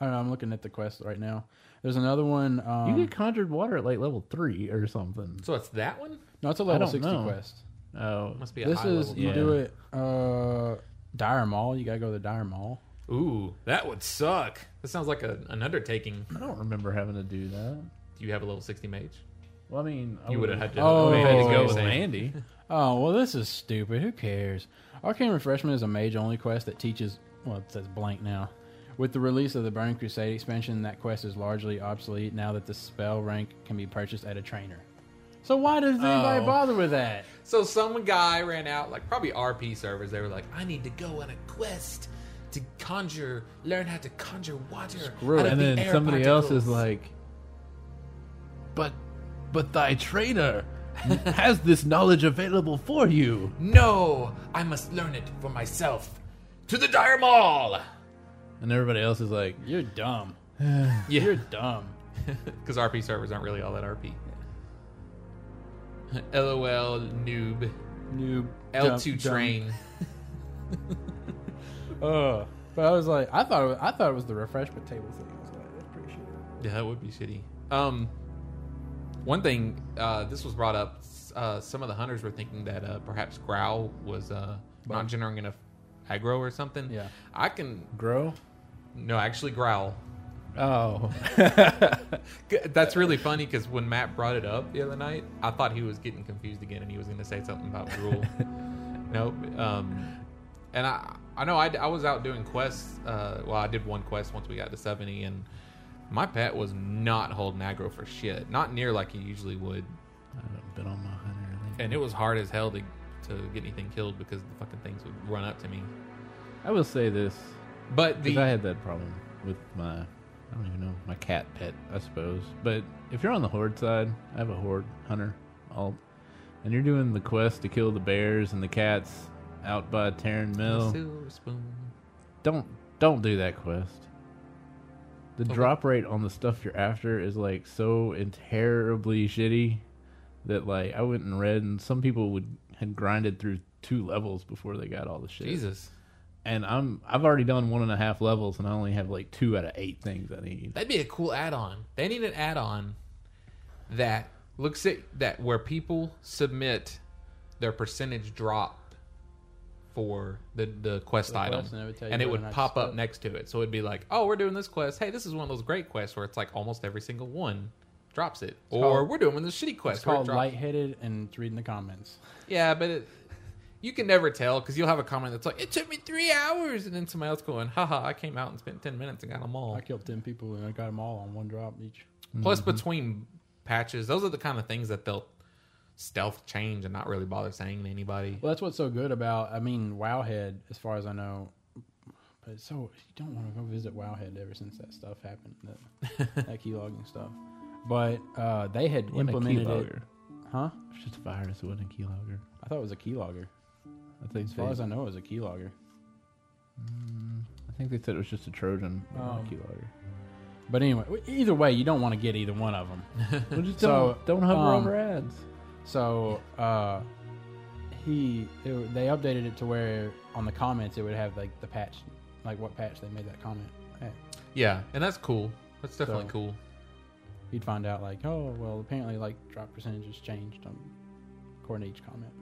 I don't know. I'm looking at the quest right now. There's another one. Um,
you get conjured water at like level three or something.
So it's that one.
No, it's a
I
level
don't
sixty
know.
quest.
Oh,
Must be a
this
high
is
level
you
quest.
do it uh Dire Mall. You gotta go to the Dire Mall.
Ooh, that would suck. That sounds like a, an undertaking.
I don't remember having to do that.
Do you have a level sixty mage?
Well, I mean, I
you would have
would've-
had to.
Oh,
you would've had to go
okay.
with
Well,
Andy.
Andy.
Oh well, this is stupid. Who cares? Arcane Refreshment is a mage only quest that teaches. Well, it says blank now. With the release of the Burning Crusade expansion, that quest is largely obsolete now that the spell rank can be purchased at a trainer. So why does anybody
Oh.
bother with that?
So some guy ran out, like probably RP servers. They were like, "I need to go on a quest to conjure, learn how to conjure water." out of
And
the
then
air
somebody else
particles."
is like, but, but thy trainer has this knowledge available for you.
"No, I must learn it for myself." To the dire mall.
And everybody else is like,
you're dumb.
Yeah.
You're dumb.
Because RP servers aren't really all that RP. LOL noob.
Noob.
L2
Dumb- dumb.
train.
Uh, but I was like, I thought it was, I thought it was the refreshment table thing. I was like, that's pretty shitty.
Yeah, that would be shitty. Um, one thing, uh, this was brought up. s- Uh, some of the hunters were thinking that uh, perhaps Growl was uh, not generating enough aggro or something. Yeah, I can
grow.
No, actually, Growl.
Oh,
That's really funny because when Matt brought it up the other night, I thought he was getting confused again and he was going to say something about Gruul. nope. Um, and I, I know I, I was out doing quests. Uh, well, I did one quest once we got to 70, and my pet was not holding aggro for shit. Not near like he usually would.
I've been on my hunter.
And it was hard as hell to, to get anything killed because the fucking things would run up to me.
I will say this,
but
'cause
the-
I had that problem with my, I don't even know, my cat pet, I suppose. But if you're on the horde side, I have a horde hunter alt, and you're doing the quest to kill the bears and the cats out by Terran Mill.
Silver spoon.
Don't don't do that quest. The drop rate on the stuff you're after is like so in- terribly shitty that like I went and read and some people would had grinded through two levels before they got all the shit.
Jesus.
And I'm I've already done one and a half levels and I only have like two out of eight things I need.
That'd be a cool add-on. They need an add-on that looks at that where people submit their percentage drop for the the quest
The quest,
item,
and it would tell you
and it
whether or
would
not
pop
you
up next to it. So it'd be like, oh, we're doing this quest. Hey, this is one of those great quests where it's like almost every single one drops it, or
called-
we're doing this shitty quest
It's
where it
called
drops.
lightheaded, and it's reading the comments.
Yeah, but it, you can never tell because you'll have a comment that's like, it took me three hours, and then somebody else going, haha, I came out and spent ten minutes and got them all.
I killed ten people and I got them all on one drop each.
Plus, between patches, those are the kind of things that they'll stealth change and not really bother saying to anybody.
Well, that's what's so good about. I mean, Wowhead, as far as I know, but it's so you don't want to go visit Wowhead ever since that stuff happened, that, that keylogging stuff. But uh, they had
Wouldn't a
implemented it.
keylogger.
Huh?
It's just a virus, it wasn't a keylogger.
I thought it was a keylogger.
I think
as far
they-
as I know, it was a keylogger.
I think they said it was just a Trojan, but not
Um,
a keylogger.
But anyway, w- either way, you don't want to get either one of them.
Well, just don't- don't hover over ads.
So uh, he, it, they updated it to where on the comments it would have like the patch, like what patch they made that comment. at.
Yeah, and that's cool. That's definitely
So-
cool.
You'd find out like, oh well, apparently like drop percentages changed on according to each comment.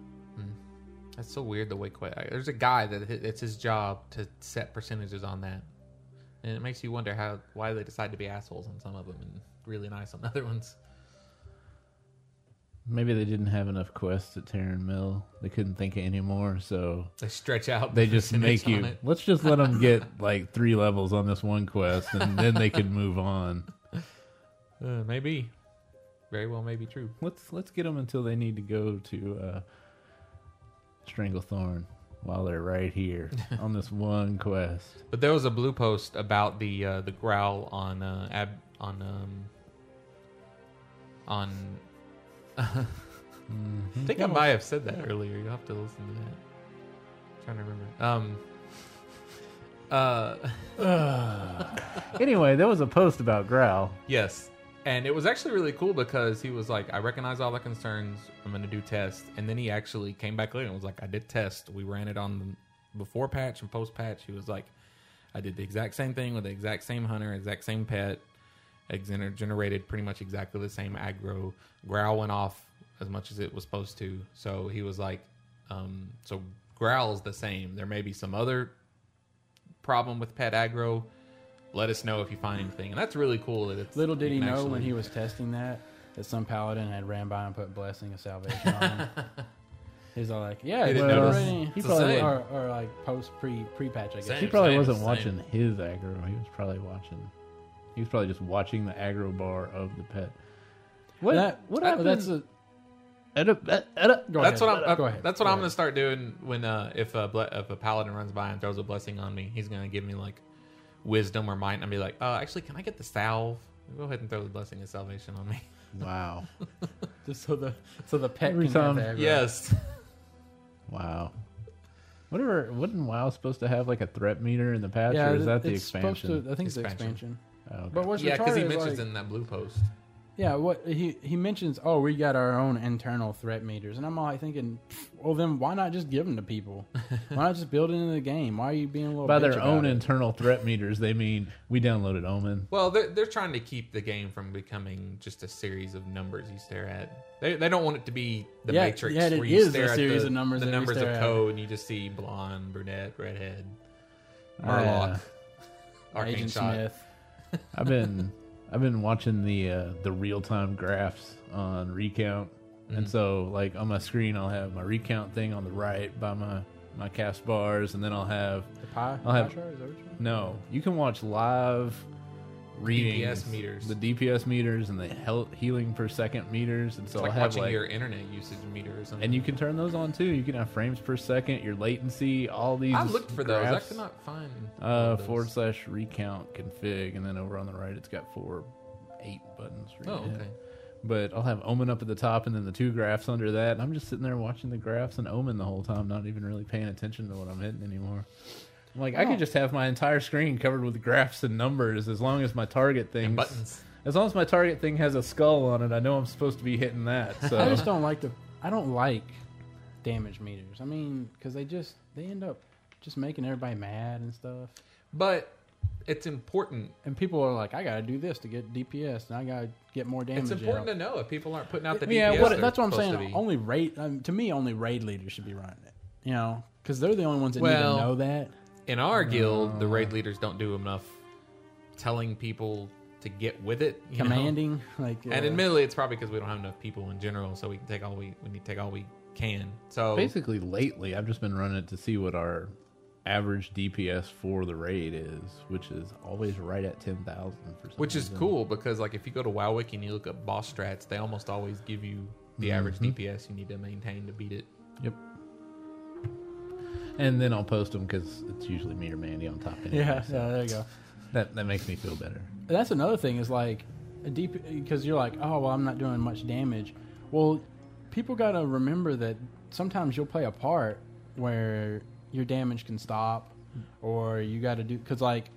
That's so weird the way quite. There's a guy that hi- it's his job to set percentages on that, and it makes you wonder how why they decide to be assholes on some of them and really nice on other ones.
Maybe they didn't have enough quests at Terran Mill. They couldn't think of any more, so
They stretch out
They
the
just
percentage
make you.
on it.
Let's just let them get like three levels on this one quest, and then they can move on.
Uh, maybe. Very well, may be true.
Let's let's get them until they need to go to uh, Stranglethorn while they're right here on this one quest.
But there was a blue post about the uh, the growl on uh, ab on um on. I think I might have said that earlier. You'll have to listen to that. I'm trying to remember. Um. Uh.
Anyway, there was a post about Growl.
yes, and it was actually really cool because he was like, "I recognize all the concerns. I'm going to do tests." And then he actually came back later and was like, "I did test. We ran it on the before patch and post patch." He was like, "I did the exact same thing with the exact same hunter, exact same pet." Exener generated pretty much exactly the same aggro. Growl went off as much as it was supposed to. So he was like, um, so Growl's the same. There may be some other problem with pet aggro. Let us know if you find anything. And that's really cool. That it's,
Little did
you
he
can
know
actually-
when he was testing that that some paladin had ran by and put blessing of salvation on him. He's all like, yeah,
He didn't
well,
notice.
he
It's the
probably
same.
or, or like post pre pre patch. I guess
he probably wasn't watching his aggro. He was probably watching. He was probably just watching the aggro bar of the pet. What?
That-
what
uh,
happened?
that's a-
Ed up, ed- ed up.
that's what I'm. uh,
Go ahead.
That's what
Go
I'm gonna start doing when uh, if a ble- if a paladin runs by and throws a blessing on me, he's gonna give me like wisdom or might, and I'll be like, "Oh, actually, can I get the salve? Go ahead and throw the blessing of salvation on me."
Wow.
Just so the so the pet
Every
can have
time-
the aggro.
Yes.
Wow. Whatever. Wasn't WoW supposed to have like a threat meter in the patch, or is that the
it's supposed
expansion?
to- I think it's the
Expansion.
expansion.
Oh,
But what's
yeah, because he
retarded is,
mentions
like-
in that blue post.
Yeah, what he he mentions, oh, we got our own internal threat meters, and I'm all like thinking, "Pfft, well, then why not just give them to people? why not just build it into the game? Why are you being a little
By
bitch
their
about
own
it?
internal threat meters, they mean we downloaded Omen.
Well, they're, they're trying to keep the game from becoming just a series of numbers you stare at. They, they don't want it to be the
Yeah,
Matrix
yeah, it
where you
is a
stare at
series
the,
of numbers
the
that we
numbers
stare
of
at.
code, and you just see blonde, brunette, redhead,
Ah, yeah.
Marlock, Arcane
Agent
Shot.
Smith.
I've been I've been watching the uh, the real time graphs on recount,
Mhm.
and so like on my screen I'll have my recount thing on the right by my my cast bars, and then I'll have
The pie-
I'll have
pie chart? Is that what you're talking
no. You can watch live readings,
DPS meters.
the DPS meters, and the health, healing per second meters, and
It's
so
like
I'll have
watching
like
your internet usage meter or something.
and you can turn those on too. You can have frames per second, your latency, all these.
I looked for those. I
graphs.
could not find
Oh,
Uh, forward slash recount config, and then over on the right, it's got four, eight buttons. for you
Oh,
to hit.
okay.
But I'll have Omen up at the top, and then the two graphs under that. And I'm just sitting there watching the graphs and Omen the whole time, not even really paying attention to what I'm hitting anymore. I'm like, I
Wow.
could just have my entire screen covered with graphs and numbers as long as my target thing
buttons.
As long as my target thing has a skull on it, I know I'm supposed to be hitting that. So
I just don't like the I don't like damage meters. I mean, because they just they end up just making everybody mad and stuff.
But it's important,
and people are like, I got to do this to get DPS, and I got to get more damage.
It's important
out.
to know if people aren't putting out the
yeah,
DPS
what-
they're
that's what I'm
supposed to
saying.
be.
Only raid um, to me, only raid leaders should be running it. You know, because they're the only ones that
Well,
need to know that.
In our guild, the
No.
raid leaders don't do enough telling people to get with it. you know?
Commanding, like,
and
uh,
admittedly, it's probably because we don't have enough people in general, so we can take all we we need to take all we can. So
basically lately i've just been running it to see what our average dps for the raid is which is always right at 10000 for some
which is
reason.
cool because like if you go to WoWWiki and you look up boss strats, they almost always give you the
Mm-hmm.
average
Mhm.
DPS you need to maintain to beat it.
yep and then i'll post them because it's usually meter mandy on top anyway,
Yeah, yeah, there you go.
that, that makes me feel better
That's another thing is like a deep because you're like, oh well, I'm not doing much damage. Well, people gotta remember that sometimes you'll play a part where your damage can stop, or you gotta do because like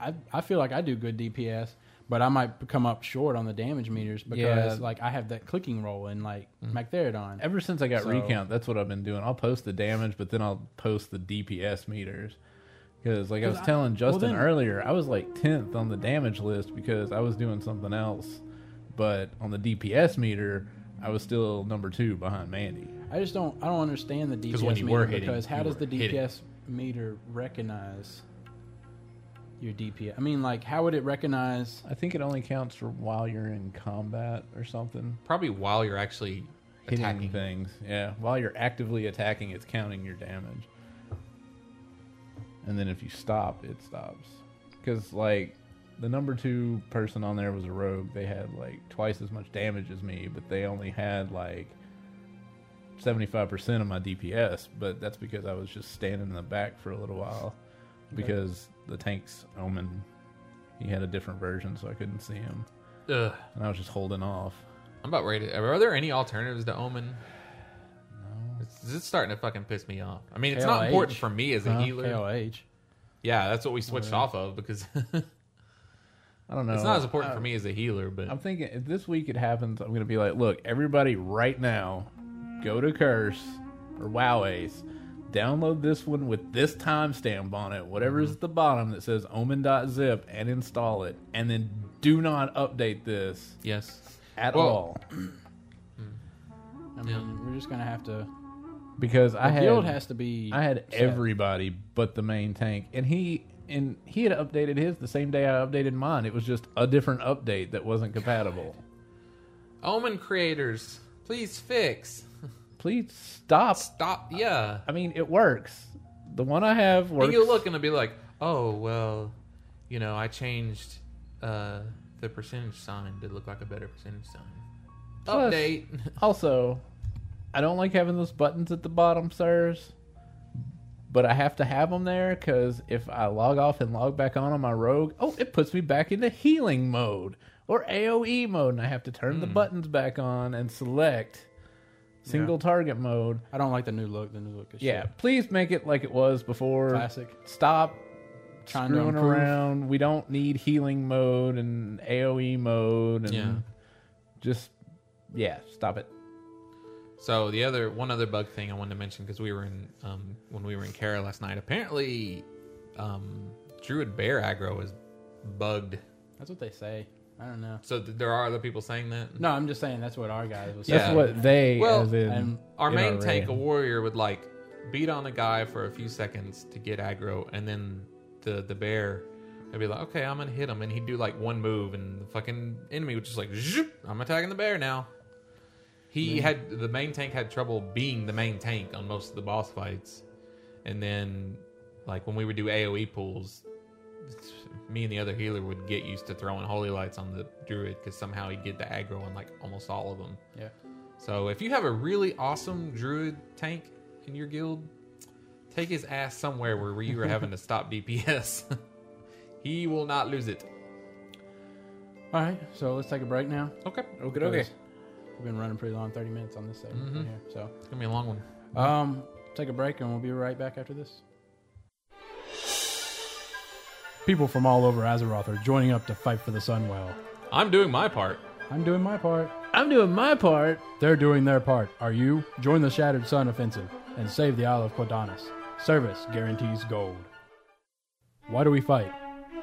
I I feel like I do good DPS, but I might come up short on the damage meters because
Yeah. Mm-hmm.
like I have that clicking roll and like Mactheridon.
ever since i got
So-
recount that's what i've been doing i'll post the damage but then i'll post the dps meters because like i
'Cause
was
I-
telling
well,
justin
then-
earlier i was like 10th on the damage list because i was doing something else but on the dps meter i was still number two behind mandy
I just don't I don't understand the
'Cause
DPS
when you
meter
were hitting,
because how
you
does
were
the DPS
hitting.
meter recognize your DPS? I mean, like how would it recognize?
I think it only counts for while you're in combat or something.
Probably while you're actually
hitting
Attacking.
things. Yeah, while you're actively attacking, it's counting your damage. And then if you stop, it stops. Because like the number two person on there was a rogue. They had like twice as much damage as me, but they only had like seventy five percent of my DPS. But that's because I was just standing in the back for a little while
Okay.
because the tank's omen. He had a different version, so I couldn't see him.
Ugh.
And I was just holding off.
I'm about ready. To, are there any alternatives to Omen? No. It's, it's starting to fucking piss me off. I mean, it's not
KOH.
important for me as a
Huh?
healer.
KOH.
Yeah, that's what we switched
Right.
off of because
I don't know.
It's not as important
I-
for me as a healer, but
Oh.
I'm thinking if this week it happens, I'm gonna be like, look, everybody, right now, go to Curse or Wow Ace, download this one with this timestamp on it, whatever's
Mm-hmm.
at the bottom that says Omen.zip, and install it, and then do not update this.
Yes,
at
Well-
all,
I mean, we're just gonna have to.
because I
The
had
guild has to be
I had
set.
everybody but the main tank, and he. And he had updated his the same day I updated mine. It was just a different update that wasn't compatible.
Omen creators, please fix.
Please stop.
Stop. Yeah.
I mean, it works. The one I have works.
And you look and it'll be like, oh well, you know, I changed uh, the percentage sign to look like a better percentage sign.
Plus,
Update.
also, I don't like having those buttons at the bottom, sirs. But I have to have them there because if I log off and log back on on my rogue, oh, it puts me back into healing mode or AOE mode, and I have to turn the buttons back on and select single target mode.
I don't like the new look. The new look is
Yeah,
shit.
please make it like it was before.
Classic.
Stop
Trying to
screwing
improve.
around. We don't need healing mode and AOE mode and
Yeah.
just yeah, stop it.
So the other one other bug thing I wanted to mention because we were in um, when we were in Kara last night. Apparently, um, Druid Bear aggro is bugged.
That's what they say. I don't know.
So th- there are other people saying that.
No, I'm just saying that's what our guys was.
Yeah.
saying.
Well,
and
our
in
main
our raid.
tank, a warrior, would like beat on a guy for a few seconds to get aggro, and then the the bear would be like, "Okay, I'm gonna hit him," and he'd do like one move, and the fucking enemy would just like, Zhoop, "I'm attacking the bear now." He
Mhm.
had the main tank had trouble being the main tank on most of the boss fights, and then like when we would do AOE pools. Me and the other healer would get used to throwing holy lights on the druid because somehow he'd get the aggro on like almost all of them.
Yeah.
So if you have a really awesome druid tank in your guild, take his ass somewhere where you are having to stop DPS. he will not lose it.
All right, so let's take a break now.
Okay.
Okay.
okay.
We've been running pretty long, thirty minutes on this segment
Mhm.
Mm-hmm.
right here. So
It's gonna be a long one.
Um, take a break and we'll be right back after this. People from all over Azeroth are joining up to fight for the Sunwell.
I'm doing my part.
I'm doing my part.
I'm doing my part.
They're doing their part. Are you? Join the Shattered Sun offensive and save the Isle of Quadanis. Service guarantees gold. Why do we fight?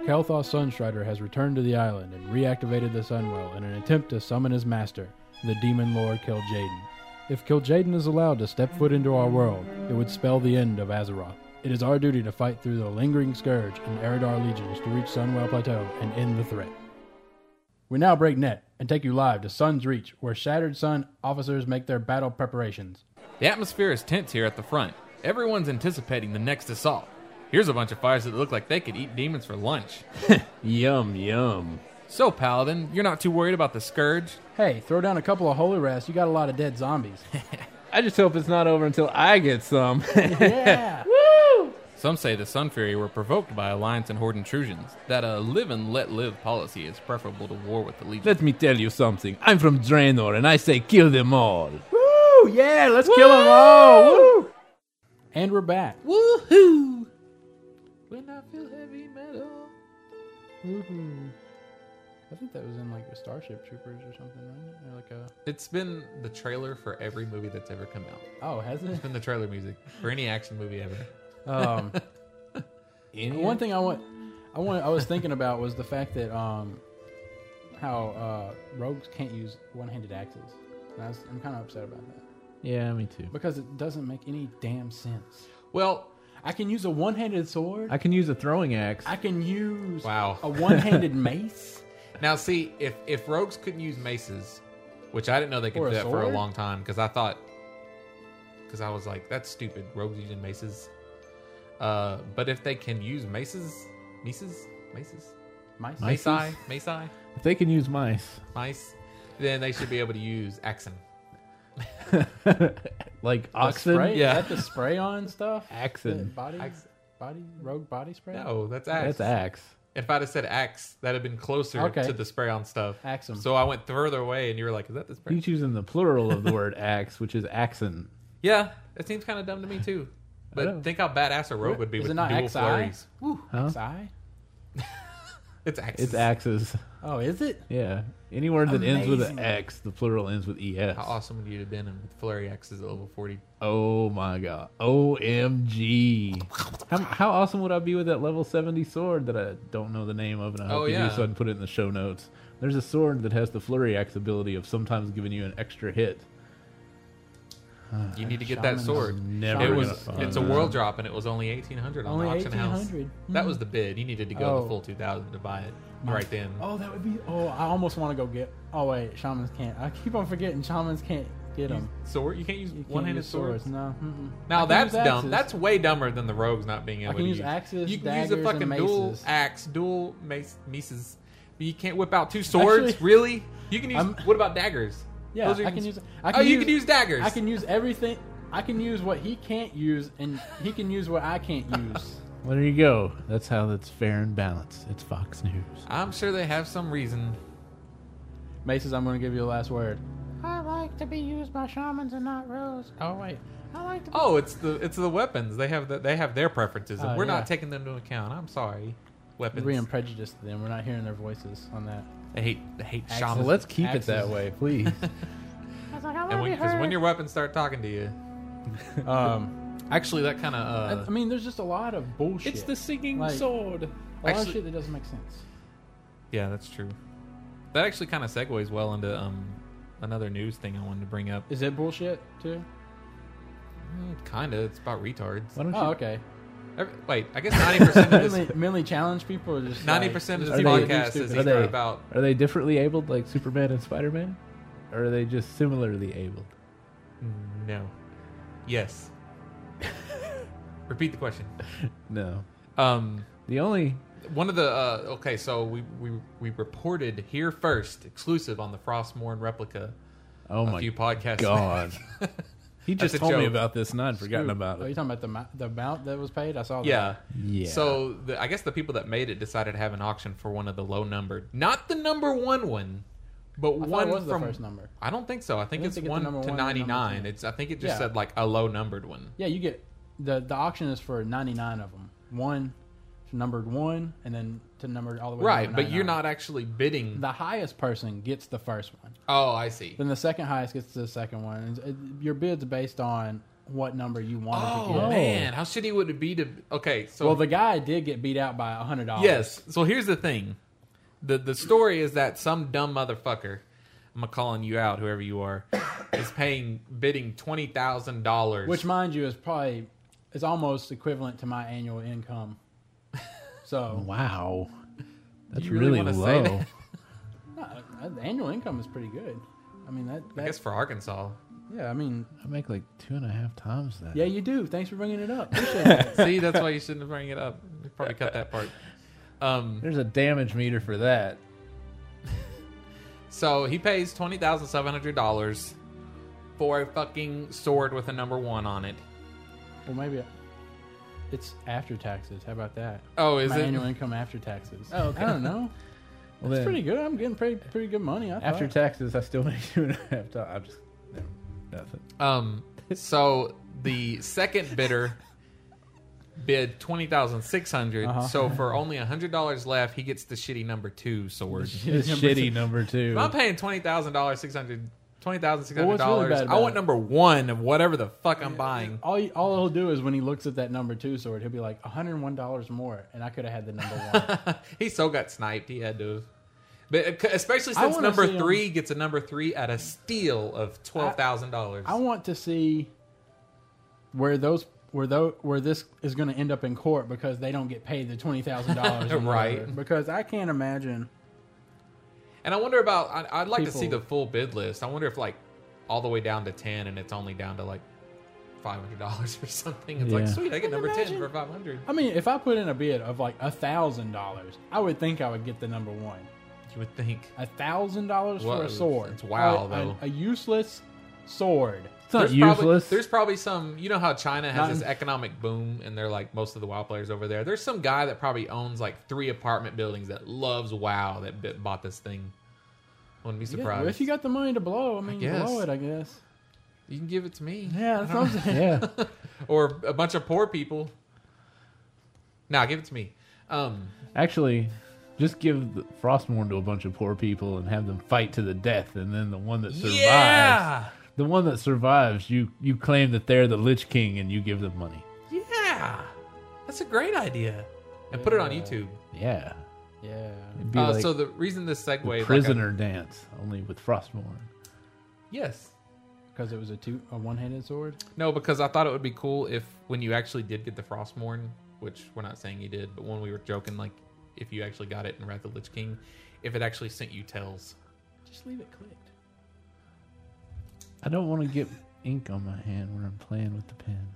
Kalthos Sunstrider has returned to the island and reactivated the Sunwell in an attempt to summon his master, the demon lord Kil'jaeden. If Kil'jaeden is allowed to step foot into our world, it would spell the end of Azeroth. It is our duty to fight through the lingering scourge and Eridar legions to reach Sunwell Plateau and end the threat. We now break net and take you live to Sun's Reach, where Shattered Sun officers make their battle preparations.
The atmosphere is tense here at the front. Everyone's anticipating the next assault. Here's a bunch of fires that look like they could eat demons for lunch.
Yum yum.
So, Paladin, you're not too worried about the scourge?
Hey, throw down a couple of holy rats. You got a lot of dead zombies.
I just hope it's not over until I get some.
yeah.
Some say the Sun Fury were provoked by Alliance and Horde intrusions, that a live and let live policy is preferable to war with the Legion.
Let me tell you something. I'm from Draenor, and I say kill them all.
Woo! Yeah, let's kill them all. Woo!
And we're back.
Woohoo! When I feel heavy metal.
Woohoo. Mm-hmm. I think that was in like the Starship Troopers or something, right? Or like a.
It's been the trailer for every movie that's ever come out.
Oh, has
It's
it?
been the trailer music for any action movie ever.
Um, one thing I want, I want, I was thinking about was the fact that um, how uh, rogues can't use one-handed axes. And I was, I'm kind of upset about that.
Yeah, me too.
Because it doesn't make any damn sense.
Well,
I can use a one-handed sword.
I can use a throwing axe.
I can use
Wow.
a one-handed mace.
Now, see, if if rogues couldn't use maces,
which I didn't know they could
Or
do
a
that for a
sword?
long time because I thought, because I was like, that's stupid. Rogues using maces. Uh, but if they can use maces, maces, maces,
mice,
maci, maci,
If they can use mice,
mice, then they should be able to use axon.
like
The
oxen,
spray?
yeah.
Is that the spray on stuff?
Axon.
The Body, body, rogue body spray?
No, that's axe.
That's axe.
If I'd have said axe, that'd have been closer
Okay.
to the spray on stuff.
Axum.
So I went further away, and you were like, "Is that the spray?"
he's using the plural of the word axe, which is axon.
Yeah, it seems kind of dumb to me too.
know.
But think how badass a rogue would be
Is
with
it not
dual
XI?
flurries.
Woo,
Huh?
XI?
It's axes.
It's axes.
Oh, is it?
Yeah. Any word that ends with an
Amazing.
X, the plural ends with E ES.
How awesome would you have been with flurry axes at level forty?
Oh my god. OMG. How, how awesome would I be with that level 70 sword that I don't know the name of and I hope
Oh,
you
yeah.
do so I can put it in the show notes. There's a sword that has the flurry axe ability of sometimes giving you an extra hit.
You need to get that
Shaman's
sword.
never
it
gonna
was.
find
It's a
out.
world drop, and it was only eighteen hundred on
Only
the auction house.
1800.
That
Mhm.
was the bid. You needed to go
Oh.
the full two thousand to buy it right then.
Oh, that would be. Oh, I almost want to go get. Oh wait, shamans can't. I keep on forgetting shamans can't get them.
Sword? You can't use one-handed swords.
No. Mm-mm.
Now
I can
that's
use axes.
dumb. That's way dumber than the rogues not being able
can
to
use
use
axes,
You can use
daggers,
a fucking
and
dual
maces.
axe, dual mace, maces. But you can't whip out two swords, really? You can use.
I'm-
what about daggers?
Yeah,
Those are-
I can use.
oh,
I can
you can use daggers.
I can use everything. I can use what he can't use, and he can use what I can't use.
Well, there you go. That's how that's fair and balanced. It's Fox News.
I'm sure they have some reason.
Maces, I'm going to give you the last word.
I like to be used by shamans and not rogues.
Oh wait.
I like to be
Oh, it's the it's the weapons. They have the, they have their preferences, and
Oh,
we're
yeah.
not taking them into account. I'm sorry. Weapons.
We're being prejudiced to them. We're not hearing their voices on that.
I hate they hate
Axes.
shamans.
Let's keep it that
Axes.
way, please.
I was like, I
And
want to
when,
be
'cause when
heard.
your weapons start talking to you, um, actually that kind of uh,
I, I mean, there's just a lot of bullshit.
It's the singing
Like,
sword.
A lot
Actually-
of shit that doesn't make sense.
Yeah, that's true. That actually kind of segues well into um, another news thing I wanted to bring up.
Is it bullshit too?
Kinda, it's about retards.
Why don't
Oh, okay.
Every- wait, I guess ninety percent of
mentally,
this.
mentally challenged people are just
90%
like,
of
just
this
people
podcast
that do
is
stupid
either
shit.
They're about-
Are they differently abled like Superman and Spider Man? Or are they just similarly abled?
No. Yes. Repeat the question.
No.
Um,
The only
one of the uh, okay, so we, we we reported here first, exclusive on the Frostmourne replica.
Oh
a
my
few podcasts.
God. He
That's
just
a
told me
joke.
about this and I'd forgotten about
Oh,
it.
you talking about the amou- the amount that was paid? I saw. that.
Yeah.
Yeah.
So the, I guess the people that made it decided to have an auction for one of the low numbered, not the number one one, but
thought it
one
was the
from
first number.
I don't think so. I think
didn't
it's
think it's the
one
number one
to
and the number
ninety nine.
two.
It's I think it just
Yeah.
said like a low numbered one.
Yeah, you get the the auction is for ninety nine of them. One to numbered one, and then to numbered all the way.
Right,
down
but
to
you're
99.
not actually bidding.
The highest person gets the first one.
Oh, I see.
Then the second highest gets the second one. And it, your bid's based on what number you wanted to
Oh
get.
man, how shitty would it be to? Okay, so
well, the guy did get beat out by hundred dollars.
Yes. So here's the thing. The the story is that some dumb motherfucker, I'm calling you out, whoever you are, is paying bidding twenty thousand dollars.
which mind you is probably is almost equivalent to my annual income. So
Wow. That's
you really
really,
wanna say
low.
that?
no, uh, the annual income is pretty good. I mean that.
I
that
guess for Arkansas.
yeah, I mean
I make like two and a half times that.
yeah, you do. Thanks for bringing it up. Appreciate it.
See, that's why you shouldn't bring it up. You probably cut that part. Um,
There's a damage meter for that.
So he pays twenty thousand seven hundred dollars for a fucking sword with a number one on it.
Well, maybe it- it's after taxes. How about that?
Oh, is
my
it?
annual income after taxes?
Oh, okay.
I don't know.
Well,
It's
then,
pretty good. I'm getting pretty pretty good money. I
after
thought.
taxes, I still make two and a half times. I'm just never, nothing.
Um, so the second bidder bid twenty thousand six hundred.
Uh-huh.
So for only hundred dollars left, he gets the shitty number two sword.
It's shitty number two.
If I'm paying twenty thousand dollars, six hundred. Twenty thousand six
Well,
hundred
what's really
dollars.
bad
I
about
want
it-
number one of whatever the fuck I'm buying.
all you- all he'll do is when he looks at that number two sword, he'll be like, $101 more, and I could have had the number one.
He so got sniped. He had to. But uh, especially
I
since
wanna
number
see him-
three gets a number three at a steal of twelve thousand dollars.
I want to see where those where though where this is going to end up in court because they don't get paid the twenty thousand dollars,
Right.
Because I can't imagine.
And I wonder about. I, I'd like to see
People-
the full bid list. I wonder if like all the way down to ten, and it's only down to like five hundred dollars or something. It's like
Yeah.
sweet, I get
Can you
number ten
imagine?
for five hundred.
I mean, if I put in a bid of like a thousand dollars, I would think I would get the number one.
You would think
a thousand dollars
Well,
for a
it's-
sword.
it's wow,
A- a-
though.
A, useless sword.
It's not
Probably,
useless.
there's probably some. You know how China has
Not
this
in-
economic boom, and they're like most of the WoW players over there. There's some guy that probably owns like three apartment buildings that loves WoW that bit, bought this thing. Wouldn't be
Yeah, well,
surprised.
if you got the money to blow, I mean, you
guess.
blow it. I guess.
You can give it to me.
Yeah, that's what I'm saying.
Yeah. or a bunch of poor people. Nah, give it to me. Um,
Actually, just give the Frostmourne to a bunch of poor people and have them fight to the death, and then the one that survives,
Yeah!
the one that survives, you you claim that they're the Lich King, and you give them money.
yeah, that's a great idea. And put it on
Yeah.
YouTube.
Yeah,
Yeah.
It'd be
Uh,
like
so the reason this
the
segue like I-
prisoner dance, only with Frostmourne.
yes.
Because it was a two, a one-handed sword.
No, because I thought it would be cool if when you actually did get the Frostmourne, which we're not saying you did, but when we were joking, like if you actually got it in Wrath of the Lich King, if it actually sent you tells.
Just leave it clicked.
I don't want to get ink on my hand when I'm playing with the pen.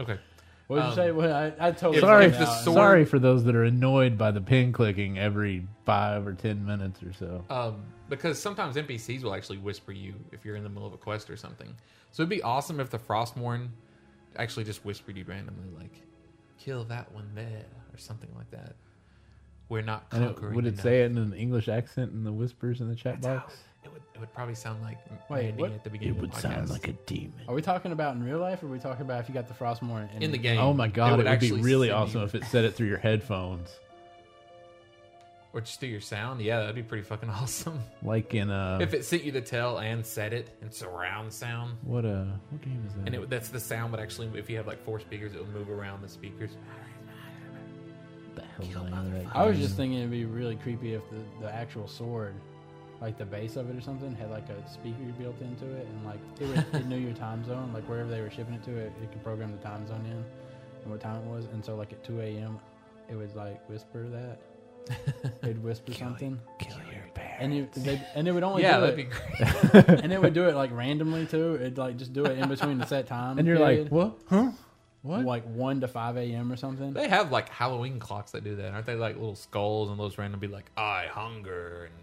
Okay.
What did
Um,
you say? Well, I, I totally
sorry,
zoned out.
sorry for those that are annoyed by the pin clicking every five or ten minutes or so.
Um, because sometimes NPCs will actually whisper you if you're in the middle of a quest or something. So it'd be awesome if the Frostmourne actually just whispered you randomly, like, kill that one there, or something like that. We're not
And
conquering.
it, would it
enough.
say it in an English accent in the whispers in the chat box?
It would, it would probably sound like
Wait,
Mandy
what?
at the beginning.
It would
of the
sound
podcast.
like a demon.
Are we talking about in real life, or are we talking about if you got the Frostmourne
In the game.
Oh my god,
It
it
would
would, be
actually
really
send
awesome
you-
if it said it through your headphones,
Or just do your sound. Yeah, that'd be pretty fucking awesome.
like in
Oh.
uh,
if it sent you the tell and said it in surround sound,
what uh, what game is that?
and
Mm-hmm.
it, that's the sound would actually, if you have like four speakers, it would move around the speakers.
I was just thinking it'd be really creepy if the, the actual sword, like the base of it or something, had like a speaker built into it, and like it, would, it knew your time zone, like wherever they were shipping it to, it, it could program the time zone in, and what time it was, and so like at two a.m., it would like whisper that. It'd whisper something. Kill your And it, they, and it would only
Yeah,
do
that'd
it,
be great.
and it would do it like randomly too. It'd like just do it in between the set time.
And you're like,
period.
what? Huh? What?
Like one to five a.m. or something.
They have like Halloween clocks that do that, aren't they? Like little skulls and those random be like, I hunger
and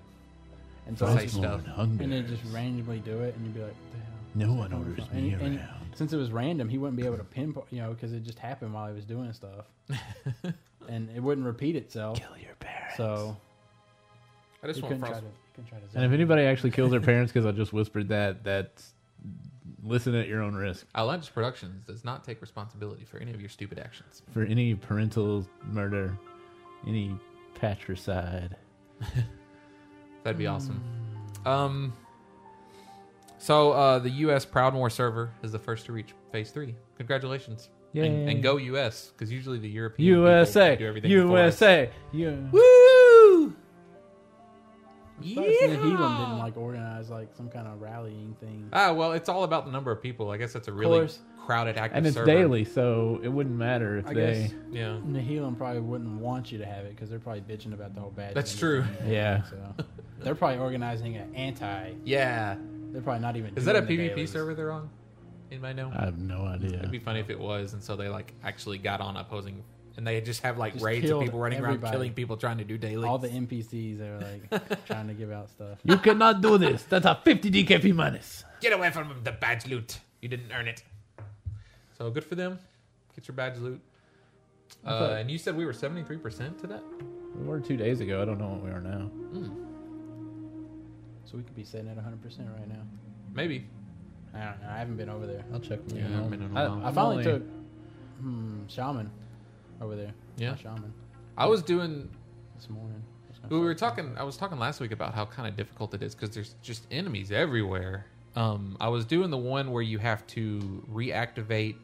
and,
so
say
it's
stuff.
and then just randomly do it, and you'd be like, what the hell?
No
Where's that
one
coming
orders
from?"
me
and, and Since it was random, he wouldn't be able to pinpoint, you know, because it just happened while he was doing stuff, and it wouldn't repeat itself. Kill your parents. So
I just
you
want
couldn't try
Frost-
to, you couldn't try to
And if anybody actually kills their parents because I just whispered that, that's listen at your own risk
Outlandish Productions does not take responsibility for any of your stupid actions.
for any parental murder, any patricide.
That'd be awesome.
Mm.
Um, so uh, the U.S. Proudmore server is the first to reach Phase Three. Congratulations! And,
Yay.
and go U.S. because usually the European people
USA,
do everything for us.
USA, yeah.
Woo!
Yeah. Helam didn't like organize like some kind of rallying thing.
Ah, well, it's all about the number of people. I guess that's a really
course.
crowded active
and it's
server.
daily, so it wouldn't matter if
I
they.
guess
Yeah.
Nahelam probably wouldn't want you to have it because they're probably bitching about the whole badge.
That's
thing.
true.
Yeah.
So they're probably organizing an anti.
Yeah.
They're probably not even.
Is that a
doing
PvP
the dailies.
server they're on? Anybody know?
I have no idea.
It'd be funny if it was, and so they like actually got on opposing, and they just have like
Just
raids of
killed
people running around
everybody.
killing people trying to do daily.
All the NPCs they were like trying to give out stuff.
You cannot do this. That's a 50 DKP minus.
Get away from the badge loot. You didn't earn it. So good for them. Get your badge loot. Uh,
thought-
and you said we were seventy three percent to that.
We were two days ago. I don't know what we are now.
So we could be sitting at 100 percent right now.
Maybe.
I don't know. I haven't been over there.
I'll check.
Yeah, I haven't been in a while.
I finally took hmm, shaman over there.
Yeah.
My shaman
I was doing.
this morning.
We were talking. I was talking last week about how kind of difficult it is because there's just enemies everywhere. Um, I was doing the one where you have to reactivate.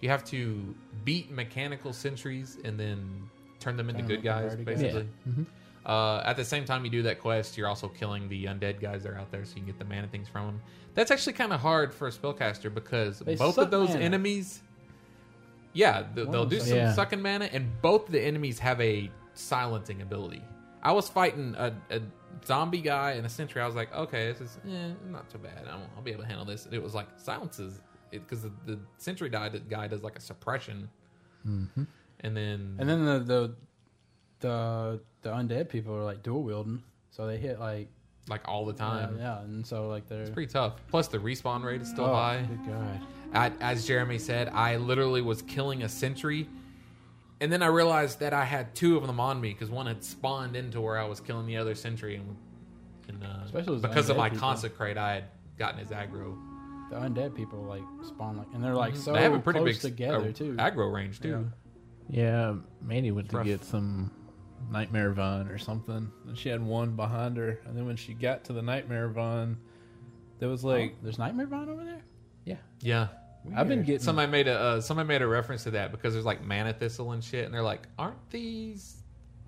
You have to beat mechanical sentries and then turn them into
Turn
good
them into
guys,
party guys.
basically.
Yeah. Mhm.
Uh, at the same time, you do that quest. You're also killing the undead guys that are out there, so you can get the mana things from them. That's actually kind of hard for a spellcaster because
They
both
suck
of those
mana.
enemies, yeah, th-
One
they'll
of
do
them
some
sucks.
sucking mana, and both the enemies have a silencing ability. I was fighting a, a zombie guy and a sentry, I was like, okay, this is eh, not too bad. I'll, I'll be able to handle this. And it was like silences because the, the sentry guy, guy does like a suppression,
Mhm.
and then
And then the the the, the undead people are like dual wielding, so they hit like uh,
like all the time.
Yeah, and so like they're
It's pretty tough. Plus, the respawn rate is still
Oh,
high.
good God.
I, as Jeremy said, I literally was killing a sentry, and then I realized that I had two of them on me because one had spawned into where I was killing the other sentry, and, and
Especially
uh,
those
because of
undead
my
people.
consecrate, I had gotten his aggro.
the undead people like spawn like and they're like
Mhm.
so
They have a pretty
close
big s-
together
uh,
too.
aggro range, too.
Yeah, Mandy went to
rough.
get some nightmare vine or something, and she had one behind her. And then when she got to the nightmare vine, there was like,
Oh, "There's nightmare vine over there."
Oh, Yeah.
I've been getting
somebody made a uh, somebody made a reference to that because there's like mana thistle and shit, and they're like, aren't these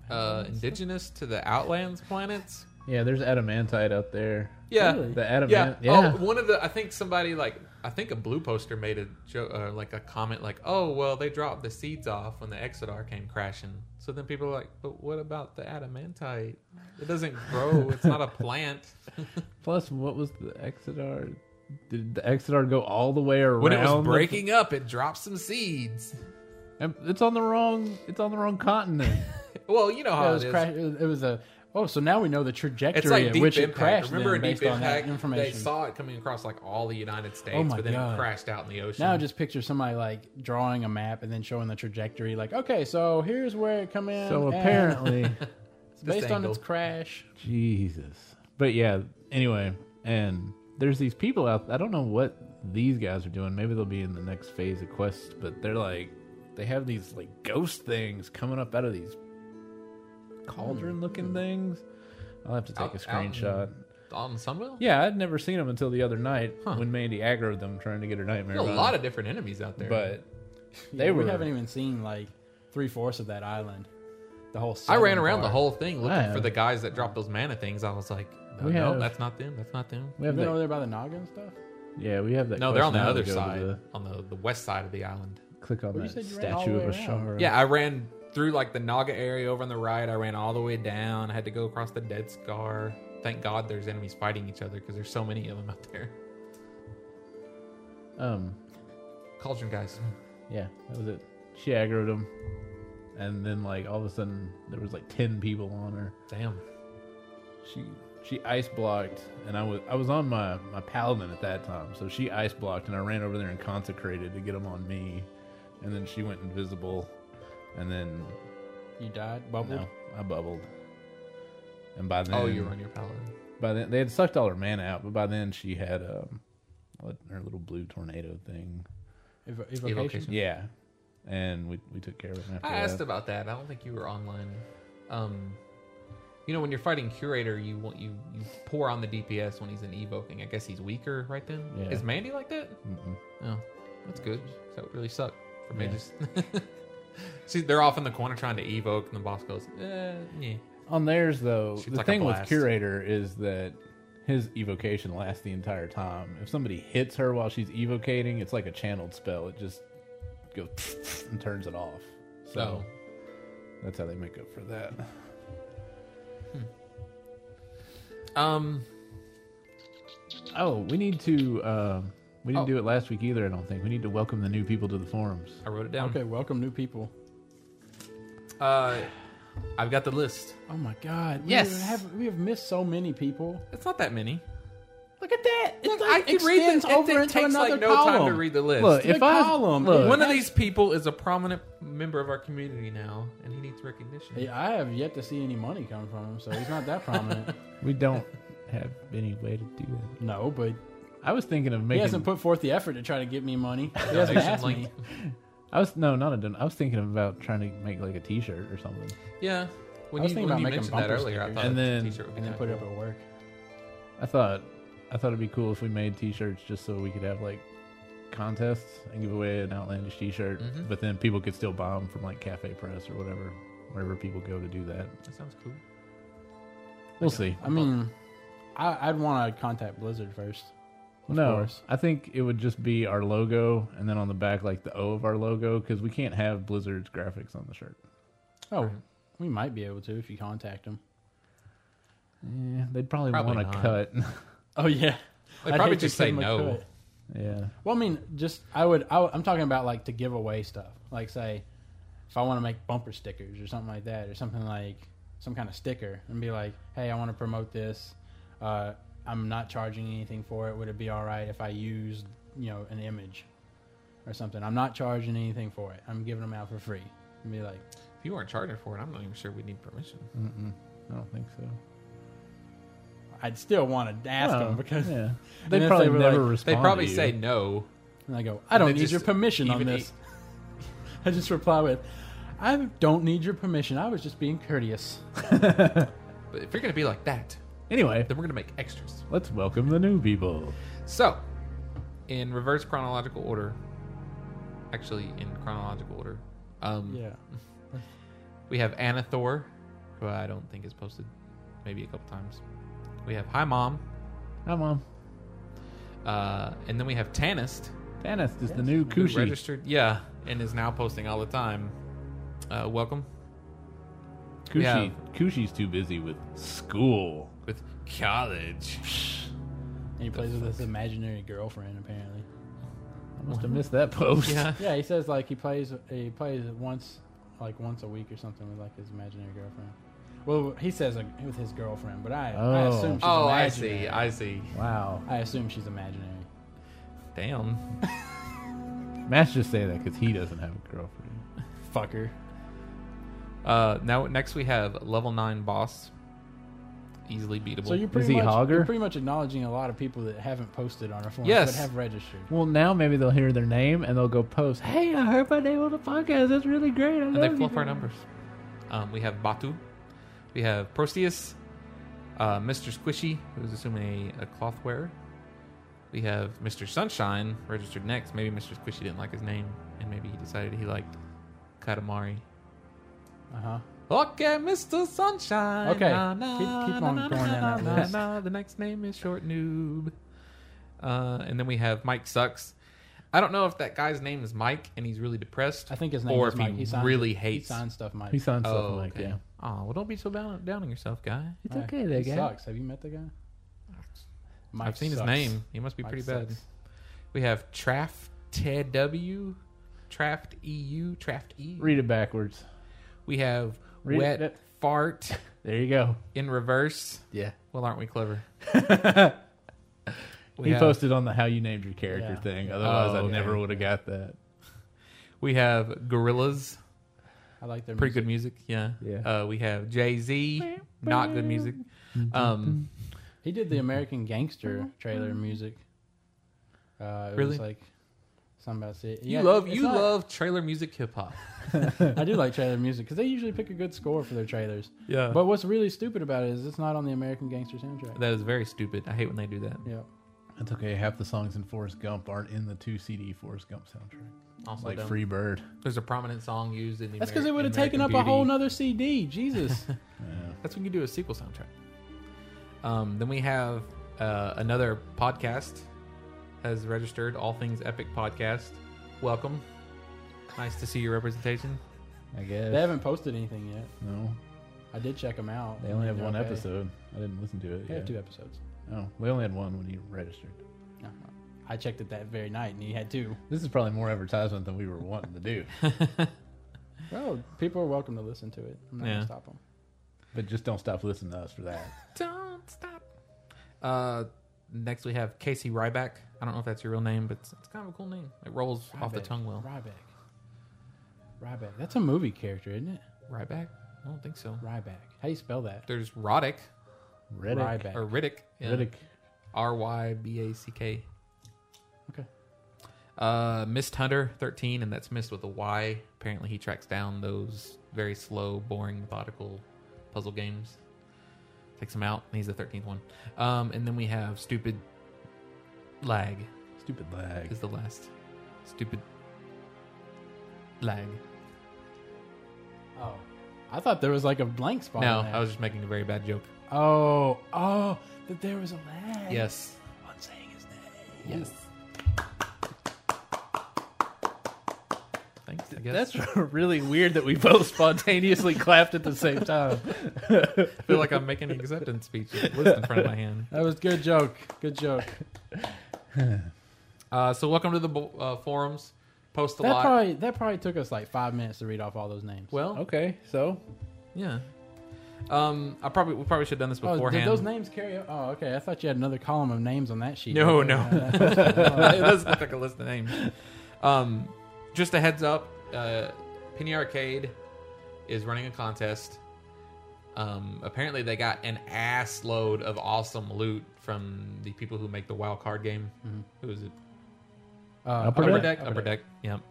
uh, indigenous to the Outlands planets?
Yeah, there's adamantite up there.
Yeah,
the adamant.
Yeah.
Yeah,
Oh, one of the I think somebody like I think a blue poster made a joke uh, like a comment like, "Oh well, they dropped the seeds off when the Exodar came crashing." So then people are like, "But what about the adamantite? It doesn't grow. It's not a plant."
Plus, what was the Exodar? Did the Exodar go all the way around?
when it was
the-
breaking up, it dropped some seeds.
And It's on the wrong. It's on the wrong continent.
Well, you know how
it was.
it is.
cra- it was a oh, so now we know the trajectory
It's like
at
deep
which
impact.
it crashed.
Remember
then,
in
based
deep
on
impact?
that
They
information.
saw it coming across like all the United States,
oh my
but then
god!
it crashed out in the ocean.
Now I just picture somebody like drawing a map and then showing the trajectory. Like, okay, so here's where it come in.
So
and-
apparently-
It's based
This
on its
angle.
crash.
Jesus. But yeah, anyway, and there's these people out I don't know what these guys are doing. Maybe they'll be in the next phase of quest, but they're like they have these like ghost things coming up out of these cauldron looking things. I'll have to take
Hmm. Out-
a
out in-
screenshot.
on Sunwell.
Yeah, I'd never seen them until the other night when Mandy aggroed them trying to get her nightmare.
There are a
on.
lot of different enemies out there.
But
Yeah,
they were
We haven't even seen like three fourths of that island. The whole.
I ran
southern
around the
part.
whole thing looking
Wow.
for the guys that dropped those mana things. I was like, no,
We
no,
have-
that's not them. That's not them.
We have
You been
that-
over there by the Naga and stuff.
Yeah, we have that.
no, they're
quest
on the
now to
other
go to
side,
the-
on the, the west side of the island.
click on
Well, you said
that
you ran all
statue
the
of
way around.
Ashara.
Yeah, I ran through like the Naga area over on the right. I ran all the way down. I had to go across the Dead Scar. Thank God there's enemies fighting each other because there's so many of them out there.
Um,
Cauldron guys.
Yeah, that was it. She aggroed him, and then like all of a sudden there was like ten people on her.
Damn.
She she ice blocked, and I was I was on my my paladin at that time, so she ice blocked, and I ran over there and consecrated to get them on me, and then she went invisible, and then
You died, bubbled.
no, I bubbled, and by then
Oh, you were on your paladin.
By then they had sucked all her mana out, but by then she had um what her little blue tornado thing.
Evo- evocation? Evocation.
Yeah. And we, we took care of him after
I
that.
asked about that. I don't think you were online. Um, you know, when you're fighting Curator, you want you you pour on the DPS when he's in evoking. I guess he's weaker right then.
Yeah.
Is Mandy like that?
Mm-mm.
Oh, that's good. That would really suck for
Yeah.
mages. See, they're off in the corner trying to evoke, and the boss goes, eh, yeah.
On theirs, though,
Shoots
the
like a
thing with
blast.
Curator is that his evocation lasts the entire time. If somebody hits her while she's evocating, it's like a channeled spell. It just goes and turns it off. So that's how they make up for that.
Um.
Oh, we need to. Uh, we didn't
Oh.
do it last week either. I don't think we need to welcome the new people to the forums.
I wrote it down.
Okay, welcome new people.
Uh, I've got the list.
Oh my God! We
Yes.
have, we have missed so many people.
It's not that many.
Look at that! It
I can read
extends
this. It-
over
it
into
takes,
another
like, no
column.
time to read the list.
Look,
The
if I
column.
look,
One of these people is a prominent member of our community now, and he needs recognition.
Hey, I have yet to see any money come from him, so he's not that prominent.
we don't have any way to do that.
No, but
I was thinking of
he
making.
hasn't put forth the effort to try to get me money. He hasn't asked me.
I was no, not a. don- I was thinking about trying to make like a T-shirt or something.
Yeah. When
I was
you,
thinking
when
about
you
making
mentioned that
bumper
earlier, I
stickers.
thought
And
a
then-
t-shirt would be
And then
kinda
put it
cool.
up at work.
I thought I thought it'd be cool if we made t-shirts just so we could have like contests and give away an outlandish t-shirt,
Mhm.
but then people could still buy them from like Cafe Press or whatever, wherever people go to do that.
That sounds cool.
We'll see.
I mean, I, I'd want to contact Blizzard first. Of
no,
course.
I think it would just be our logo and then on the back like the O of our logo because we can't have Blizzard's graphics on the shirt.
Oh, we might be able to if you contact them.
Yeah, they'd probably,
Probably
want to
not.
cut.
Oh yeah,
They
I'd
probably
hate to
just say
give 'em a
no.
cut.
Yeah.
Well, I mean, just I would. I, am talking about like to give away stuff, like say if I want to make bumper stickers or something like that, or something like some kind of sticker, and be like, hey, I want to promote this. Uh, I'm not charging anything for it. Would it be all right if I used you know an image or something? I'm not charging anything for it. I'm giving them out for free, and be like,
If you weren't charging for it, I'm not even sure we need permission.
Mm-mm, I don't think so.
I'd still want to ask
No,
them because
yeah.
and
They
if
probably
were
never
like-
respond
They'd probably say no.
And I go, I don't
And
need
then
your
just
permission on
even
this. I just reply with, I don't need your permission. I was just being courteous.
But if you're gonna be like that,
Anyway,
then we're gonna make extras.
Let's welcome the new people.
So, in reverse chronological order, actually in chronological order, um,
Yeah.
we have Anna Thor, who I don't think is posted, maybe a couple times. We have Hi Mom,
Hi, mom.
uh, and then we have Tanist,
Thanos is the new
who
Kushi.
registered, yeah, and is now posting all the time. Uh, welcome
Kushi.
Yeah.
Kushi's too busy with school.
with college.
And he plays with this imaginary girlfriend, apparently.
I must have missed that post.
Yeah.
Yeah, he says like he plays he plays once like once a week or something with like his imaginary girlfriend. Well, he says like, with his girlfriend, but I, I
Oh.
assume she's
Oh, I
imaginary.
see. I see.
Wow.
I assume she's imaginary.
Damn.
Matt's just saying that because he doesn't have a girlfriend.
Fucker.
Uh, now next we have level nine boss, easily beatable.
So you're pretty much you're pretty much acknowledging a lot of people that haven't posted on our forums
Yes.
but have registered.
Well, now maybe they'll hear their name and they'll go post. Hey, I heard my name on the podcast. That's really great. I
and
love
they
you
fluff our
guys."
numbers. Um, we have Batu, we have Prosteus, uh, Mr. Squishy, who's assuming a, a cloth wearer. We have Mr. Sunshine registered next. Maybe Mr. Squishy didn't like his name, and maybe he decided he liked Katamari.
Uh huh.
Okay, Mr. Sunshine.
Okay,
Na, na,
keep- keep
na,
on
na,
going
na,
down
na,
that
na,
list.
na. The next name is Short Noob. Uh, and then we have Mike Sucks. I don't know if that guy's name is Mike and he's really depressed.
I think his name
or
is
if
Mike.
he,
He signs-
really
he
hates.
signs stuff Mike.
He signs stuff Mike, yeah.
Oh, well, don't be so down, down on yourself, guy.
It's
Hey,
okay, there,
he
guy.
Sucks. Have you met the guy?
I've seen his
sucks.
name. He must be
Mike
pretty bad.
sucks.
We have Traft
E
W, Traft EU, Traft E.
Read it backwards.
We have
Read
Wet
it-
Fart
There you go.
in reverse.
Yeah.
Well, aren't we clever? we
he
have,
posted on the how you named your character
Yeah.
thing. Otherwise,
Oh,
I never
okay.
would have got that.
We have Gorillas.
I like their
Pretty
music.
good music, yeah.
Yeah.
Uh, we have Jay Z, not good music. Um,
He did the American Gangster trailer music. Uh, it
Really?
was like something about it.
you love you love trailer music hip hop.
I do like trailer music because they usually pick a good score for their trailers.
Yeah.
But what's really stupid about it is it's not on the American Gangster soundtrack.
That is very stupid. I hate when they do that.
Yeah.
That's okay. Half the songs in Forrest Gump aren't in the two CD Forrest Gump soundtrack.
Also
like
dumb.
Free Bird.
There's a prominent song used in the.
That's because it
Ameri-
would have
American
taken up a
Beauty.
whole nother CD. Jesus.
That's when you do a sequel soundtrack. Um, then we have uh, another podcast has registered All Things Epic podcast. Welcome. Nice to see your representation.
I guess.
they haven't posted anything yet.
no,
I did check them out.
they only have
They're
one
okay.
episode. I didn't listen to it.
They
yeah.
have two episodes.
Oh, they only had one when he registered.
No, I checked it that very night, and he had two.
This is probably more advertisement than we were wanting to do,
Well, people are welcome to listen to it. I'm not
Oh. Yeah.
gonna stop them.
but just don't stop listening to us for that.
Don't stop. Uh, next we have Casey Ryback. I don't know if that's your real name, but it's, it's kind of a cool name. It rolls off the
Ryback.
tongue well.
Ryback. Ryback. That's a movie character, isn't it?
Ryback? I don't think so.
Ryback. How do you spell that?
There's Roddick
Reddick.
Ryback.
or Riddick. yeah.
Riddick.
R Y B A C K.
Okay.
Uh, Mist Hunter 13, and that's Mist with a Y. Apparently, he tracks down those very slow, boring, methodical puzzle games. Takes him out, and he's the 13th one. Um, and then we have Stupid Lag
Stupid lag.
is the last. Stupid Lag.
Oh, I thought there was like a blank spot.
No,
in there.
I was just making a very bad joke.
Oh, oh, that there was a lag.
Yes.
On saying his name.
Yes. Thanks. I guess.
That's really weird that we both spontaneously clapped at the same time.
I feel like I'm making an acceptance speech with a list in front of my hand.
That was good joke. Good joke.
Uh, so welcome to the bo- uh, forums. Post a
that
lot.
probably that probably took us like five minutes to read off all those names.
Well,
okay, so
yeah. Um, I probably we probably should have done this
Oh, did
beforehand.
those names carry? o- Oh, okay. I thought you had another column of names on that sheet.
No,
Okay,
no.
uh,
it
that's-
does look like a list of names. Um, just a heads up uh, Penny Arcade is running a contest. Um, apparently, they got an ass load of awesome loot from the people who make the wild card game.
Mhm.
Who is it?
Uh, Upper
upper
Deck.
deck.
Upper
Upper deck. Yep.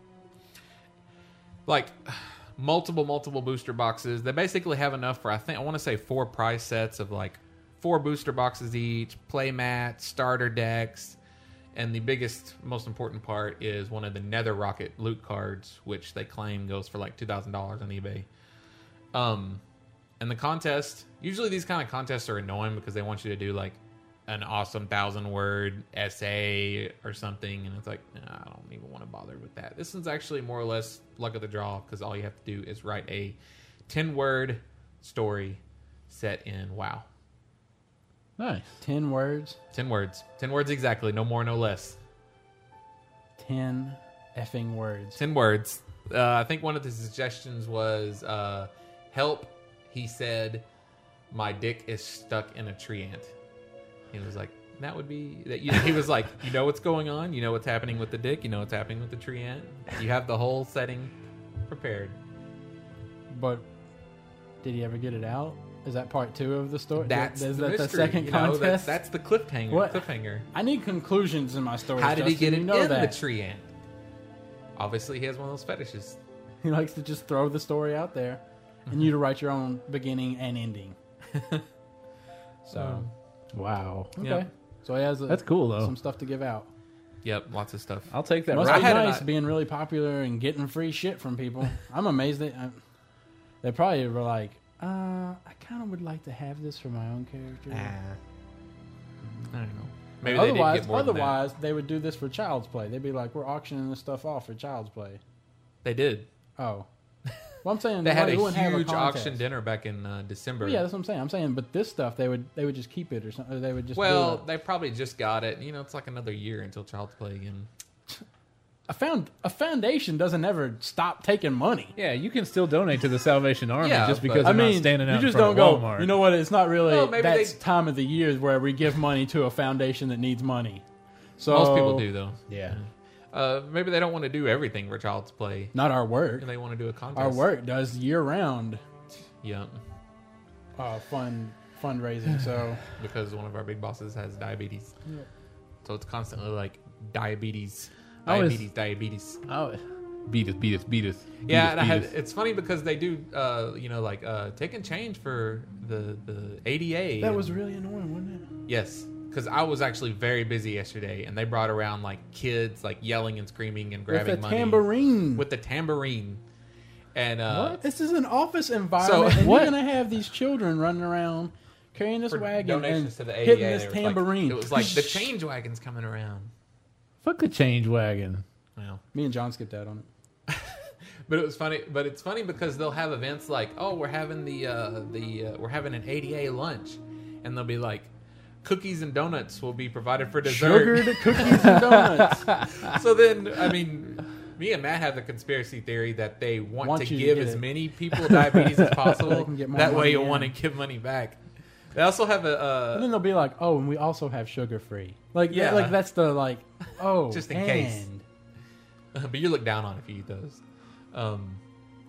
Like multiple, multiple booster boxes. They basically have enough for I think I want to say four prize sets of like four booster boxes each, play mat, starter decks, and the biggest, most important part is one of the Nether Rocket loot cards, which they claim goes for like two thousand dollars on eBay. Um, and the contest usually these kind of contests are annoying because they want you to do like an awesome thousand word essay or something, and it's like nah, I don't even want to bother with that. This one's actually more or less luck of the draw because all you have to do is write a ten word story set in WoW.
Nice.
Ten words.
Ten words. Ten words exactly. No more, no less.
Ten effing words.
Ten words. Uh, I think one of the suggestions was uh, help. He said, "My dick is stuck in a tree ant." He was like, "That would be that." You, he was like, "You know what's going on. You know what's happening with the dick. You know what's happening with the tree ant. You have the whole setting prepared."
But did he ever get it out? Is that part two of the story?
That's
is
the
that the
mystery,
second
you know, that's-
contest?
that's the cliffhanger-
What?
cliffhanger.
I need conclusions in my story.
How did he get
Justin.
it
You know
in
that.
the tree ant? Obviously, he has one of those fetishes.
He likes to just throw the story out there,
Mm-hmm.
and you to write your own beginning and ending. so,
Wow.
okay.
Um, Yeah.
So he has a,
That's cool, though.
Some stuff to give out.
Yep, lots of stuff.
I'll take that.
Must
right
be
now.
nice being really popular and getting free shit from people. I'm amazed that I, they probably were like, uh, I kind of would like to have this for my own character.
I don't know. Ah, Maybe they did
Ah. otherwise,
get more than that.
otherwise they would do this for Child's Play. They'd be like, we're auctioning this stuff off for Child's Play.
They did.
Oh, well, I'm saying
They had
why
a
you wouldn't have
huge
contest?
auction dinner back in uh, December.
Well, yeah, that's what I'm saying. I'm saying, but this stuff they would they would just keep it or something. Or they would just do
well,
it.
they probably just got it. You know, it's like another year until Child's Play again.
a found a foundation doesn't ever stop taking money.
Yeah, you can still donate to the Salvation Army
Yeah,
just
but-
because
I
I'm
mean,
not standing out
you just
in
don't
front
go.
of Walmart.
You know what? It's not really
Well, maybe
that's time of the year where we give money to a foundation that needs money. So
Most people do, though.
Yeah,
Uh, maybe they don't want to do everything for Child's Play.
Not our work.
And they want to do a contest.
our work does year round
Yeah,
uh, fund fundraising. So
because one of our big bosses has diabetes.
Yeah.
So it's constantly like diabetes,
Oh,
I was-
diabetes, diabetes.
Oh, beat us, beat us, beat us. beat
Yeah,
us,
and I
beat
had,
us.
it's funny because they do, uh, you know, like uh, taking change for the the ADA.
that
and-
was really annoying, wasn't it?
Yes, because I was actually very busy yesterday, and they brought around like kids like yelling and screaming and grabbing
With a
money
tambourine.
with the tambourine, and uh,
what? This is an office environment, and
what-
you're gonna have these children running around carrying this
for
wagon and
donations to the ADA,
hitting
there
this
was, like-
tambourine.
it was like the change wagon's coming around.
Fuck the change wagon.
Well,
me and John skipped out on it.
But it was funny. But it's funny because they'll have events like, oh, we're having the uh, the uh, we're having an ADA lunch, and they'll be like, cookies and donuts will be provided for dessert.
Sugared cookies and donuts.
so then, I mean, me and Matt have the conspiracy theory that they want,
Want
to
you to
give
get
as
it.
many people diabetes as
They
possible.
can get more
that way,
money
you'll
in.
want to give money back. They also have a uh,
And then they'll be like, "Oh, and we also have sugar free." Like, yeah,
Yeah.
like that's the like, oh,
just in case.
and-
but you look down on if you eat those. Um,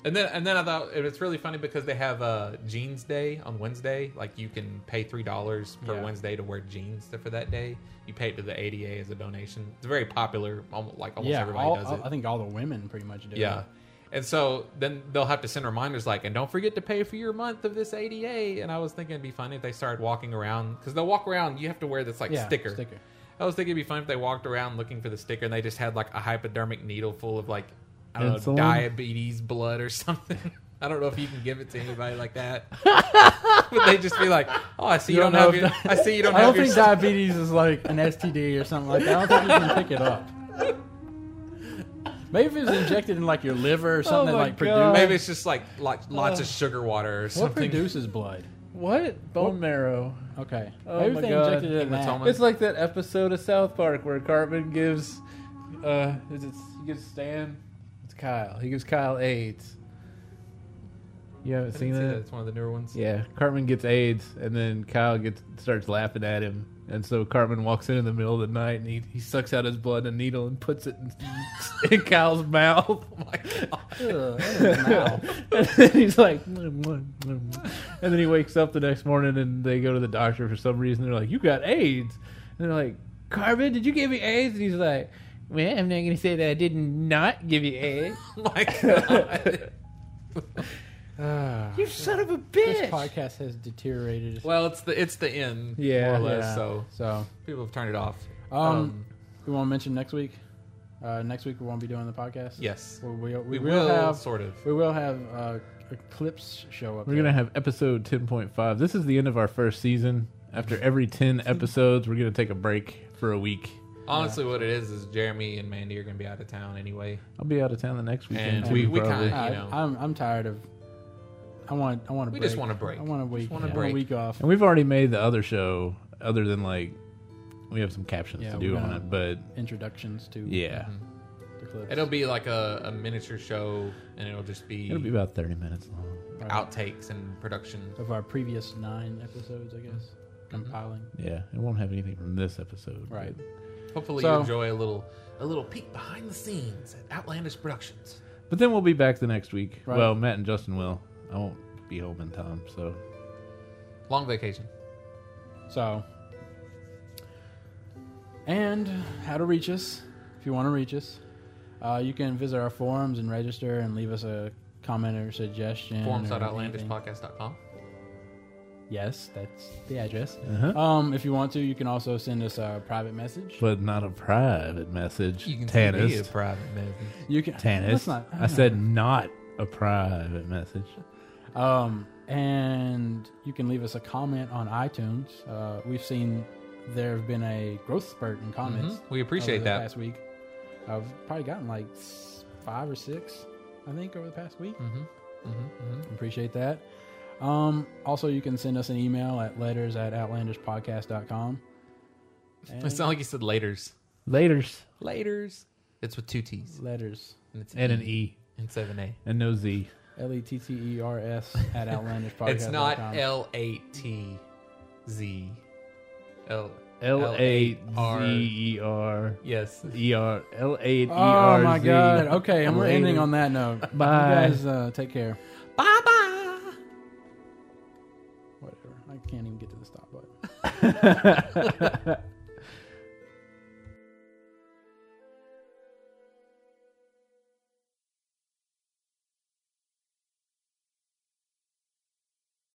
and then and then I thought and it's really funny because they have uh, jeans day on Wednesday. Like you can pay three dollars per
Yeah.
Wednesday to wear jeans for that day. You pay it to the ADA as a donation. It's very popular. Almost, like almost
yeah,
everybody
all-
does
all-
it.
I think all the women pretty much do.
Yeah. And so then they'll have to send reminders like, and don't forget to pay for your month of this ADA. And I was thinking it'd be funny if they started walking around because they'll walk around. You have to wear this like
Yeah,
sticker.
sticker.
I was thinking it'd be fun if they walked around looking for the sticker and they just had like a hypodermic needle full of like I don't know,
Insulin?
diabetes blood or something. I don't know if you can give it to anybody like that. but they just be like, oh, I see you, don't, have
know
your.
if
I
that-
see you don't
I
have
don't
your.
think diabetes is like an STD or something like that. I don't think you can pick it up. Maybe if it was injected in like your liver or something that like produces.
Oh Maybe it's just like lots, lots of sugar water or
Uh, What
something.
produces blood?
What bone marrow?
Okay.
Oh
Maybe
my
they
god!
injected it in that.
It's like that episode of South Park where Cartman gives, uh, is it he gives Stan? It's Kyle. He gives Kyle AIDS. You haven't
I
seen
didn't see
that?
that. It's one of the newer ones.
Yeah, Cartman gets AIDS, and then Kyle gets starts laughing at him, and so Cartman walks in in the middle of the night, and he, he sucks out his blood and needle and puts it in, in Kyle's mouth. Oh my
Ugh, in his mouth.
and then he's like, "Mm, mm, mm." and then he wakes up the next morning, and they go to the doctor for some reason. They're like, "You got AIDS," and they're like, "Cartman, did you give me AIDS?" And he's like. Well, I'm not going to say that I did not give you AIDS.
my God.
you son of a
This
bitch.
podcast has deteriorated.
Well, it's the it's the end,
Yeah,
more or less.
yeah.
So
so
people have turned it off.
Um, we want to mention next week. Uh, next week we won't be doing the podcast.
Yes.
we, we, we
We
will
will,
have
sort of.
We will have uh, a clips show up.
We're gonna have episode ten point five. This is the end of our first season. After every ten episodes, we're gonna take a break for a week.
honestly, what it is is Jeremy and Mandy are going to be out of town anyway.
I'll be out of town the next weekend.
And
too,
we- we
probably.
kinda- you know.
I'm I'm tired of. I want I want to.
We just want a break.
I want a week.
want a
I
break.
week off.
And we've already made the other show, other than like we have some captions
Yeah,
to
we're
do on
gonna-
it, but
Introductions to
yeah,
Mm-hmm.
the clips.
It'll be like a, a miniature show, and it'll just be
it'll be about thirty minutes long.
outtakes and production.
of our previous nine episodes, I guess.
Mm-hmm.
Compiling.
Yeah, it won't have anything from this episode.
Right.
Hopefully,
So-
you enjoy a little a little peek behind the scenes at Outlandish Productions.
But then we'll be back the next week.
Right.
Well, Matt and Justin will. I won't be home in time, so
Long vacation.
So, and how to reach us if you want to reach us. Uh, you can visit our forums and register and leave us a comment or suggestion. or anything.
Forums.outlandishpodcast.com.
Yes, that's the address.
Uh-huh.
Um, if you want to, you can also send us a private message.
but not a private message.
You can send me
Tannis.
a private message. You can-
Tannis.
That's not-
I said not a private message.
Um, and you can leave us a comment on iTunes. Uh, we've seen there have been a growth spurt in comments.
Mhm. We appreciate
over the
that.
Past week, I've probably gotten like s- five or six, I think, over the past week. Mm-hmm.
mhm.
Appreciate that. Um, also, you can send us an email at letters at outlandishpodcast.com.
It's not like you said laters.
Laters.
Laters. It's with two T's.
Letters.
And, it's
And an E.
And seven A.
And no Z.
L E T T E R S at outlandishpodcast.com.
It's not L A T Z. L
L A Z E R.
Yes.
E R. L A E R.
Oh my god. Okay, and we're ending on that note.
Bye.
You guys uh, take care. Bye bye. Whatever. I can't even get to the stop button.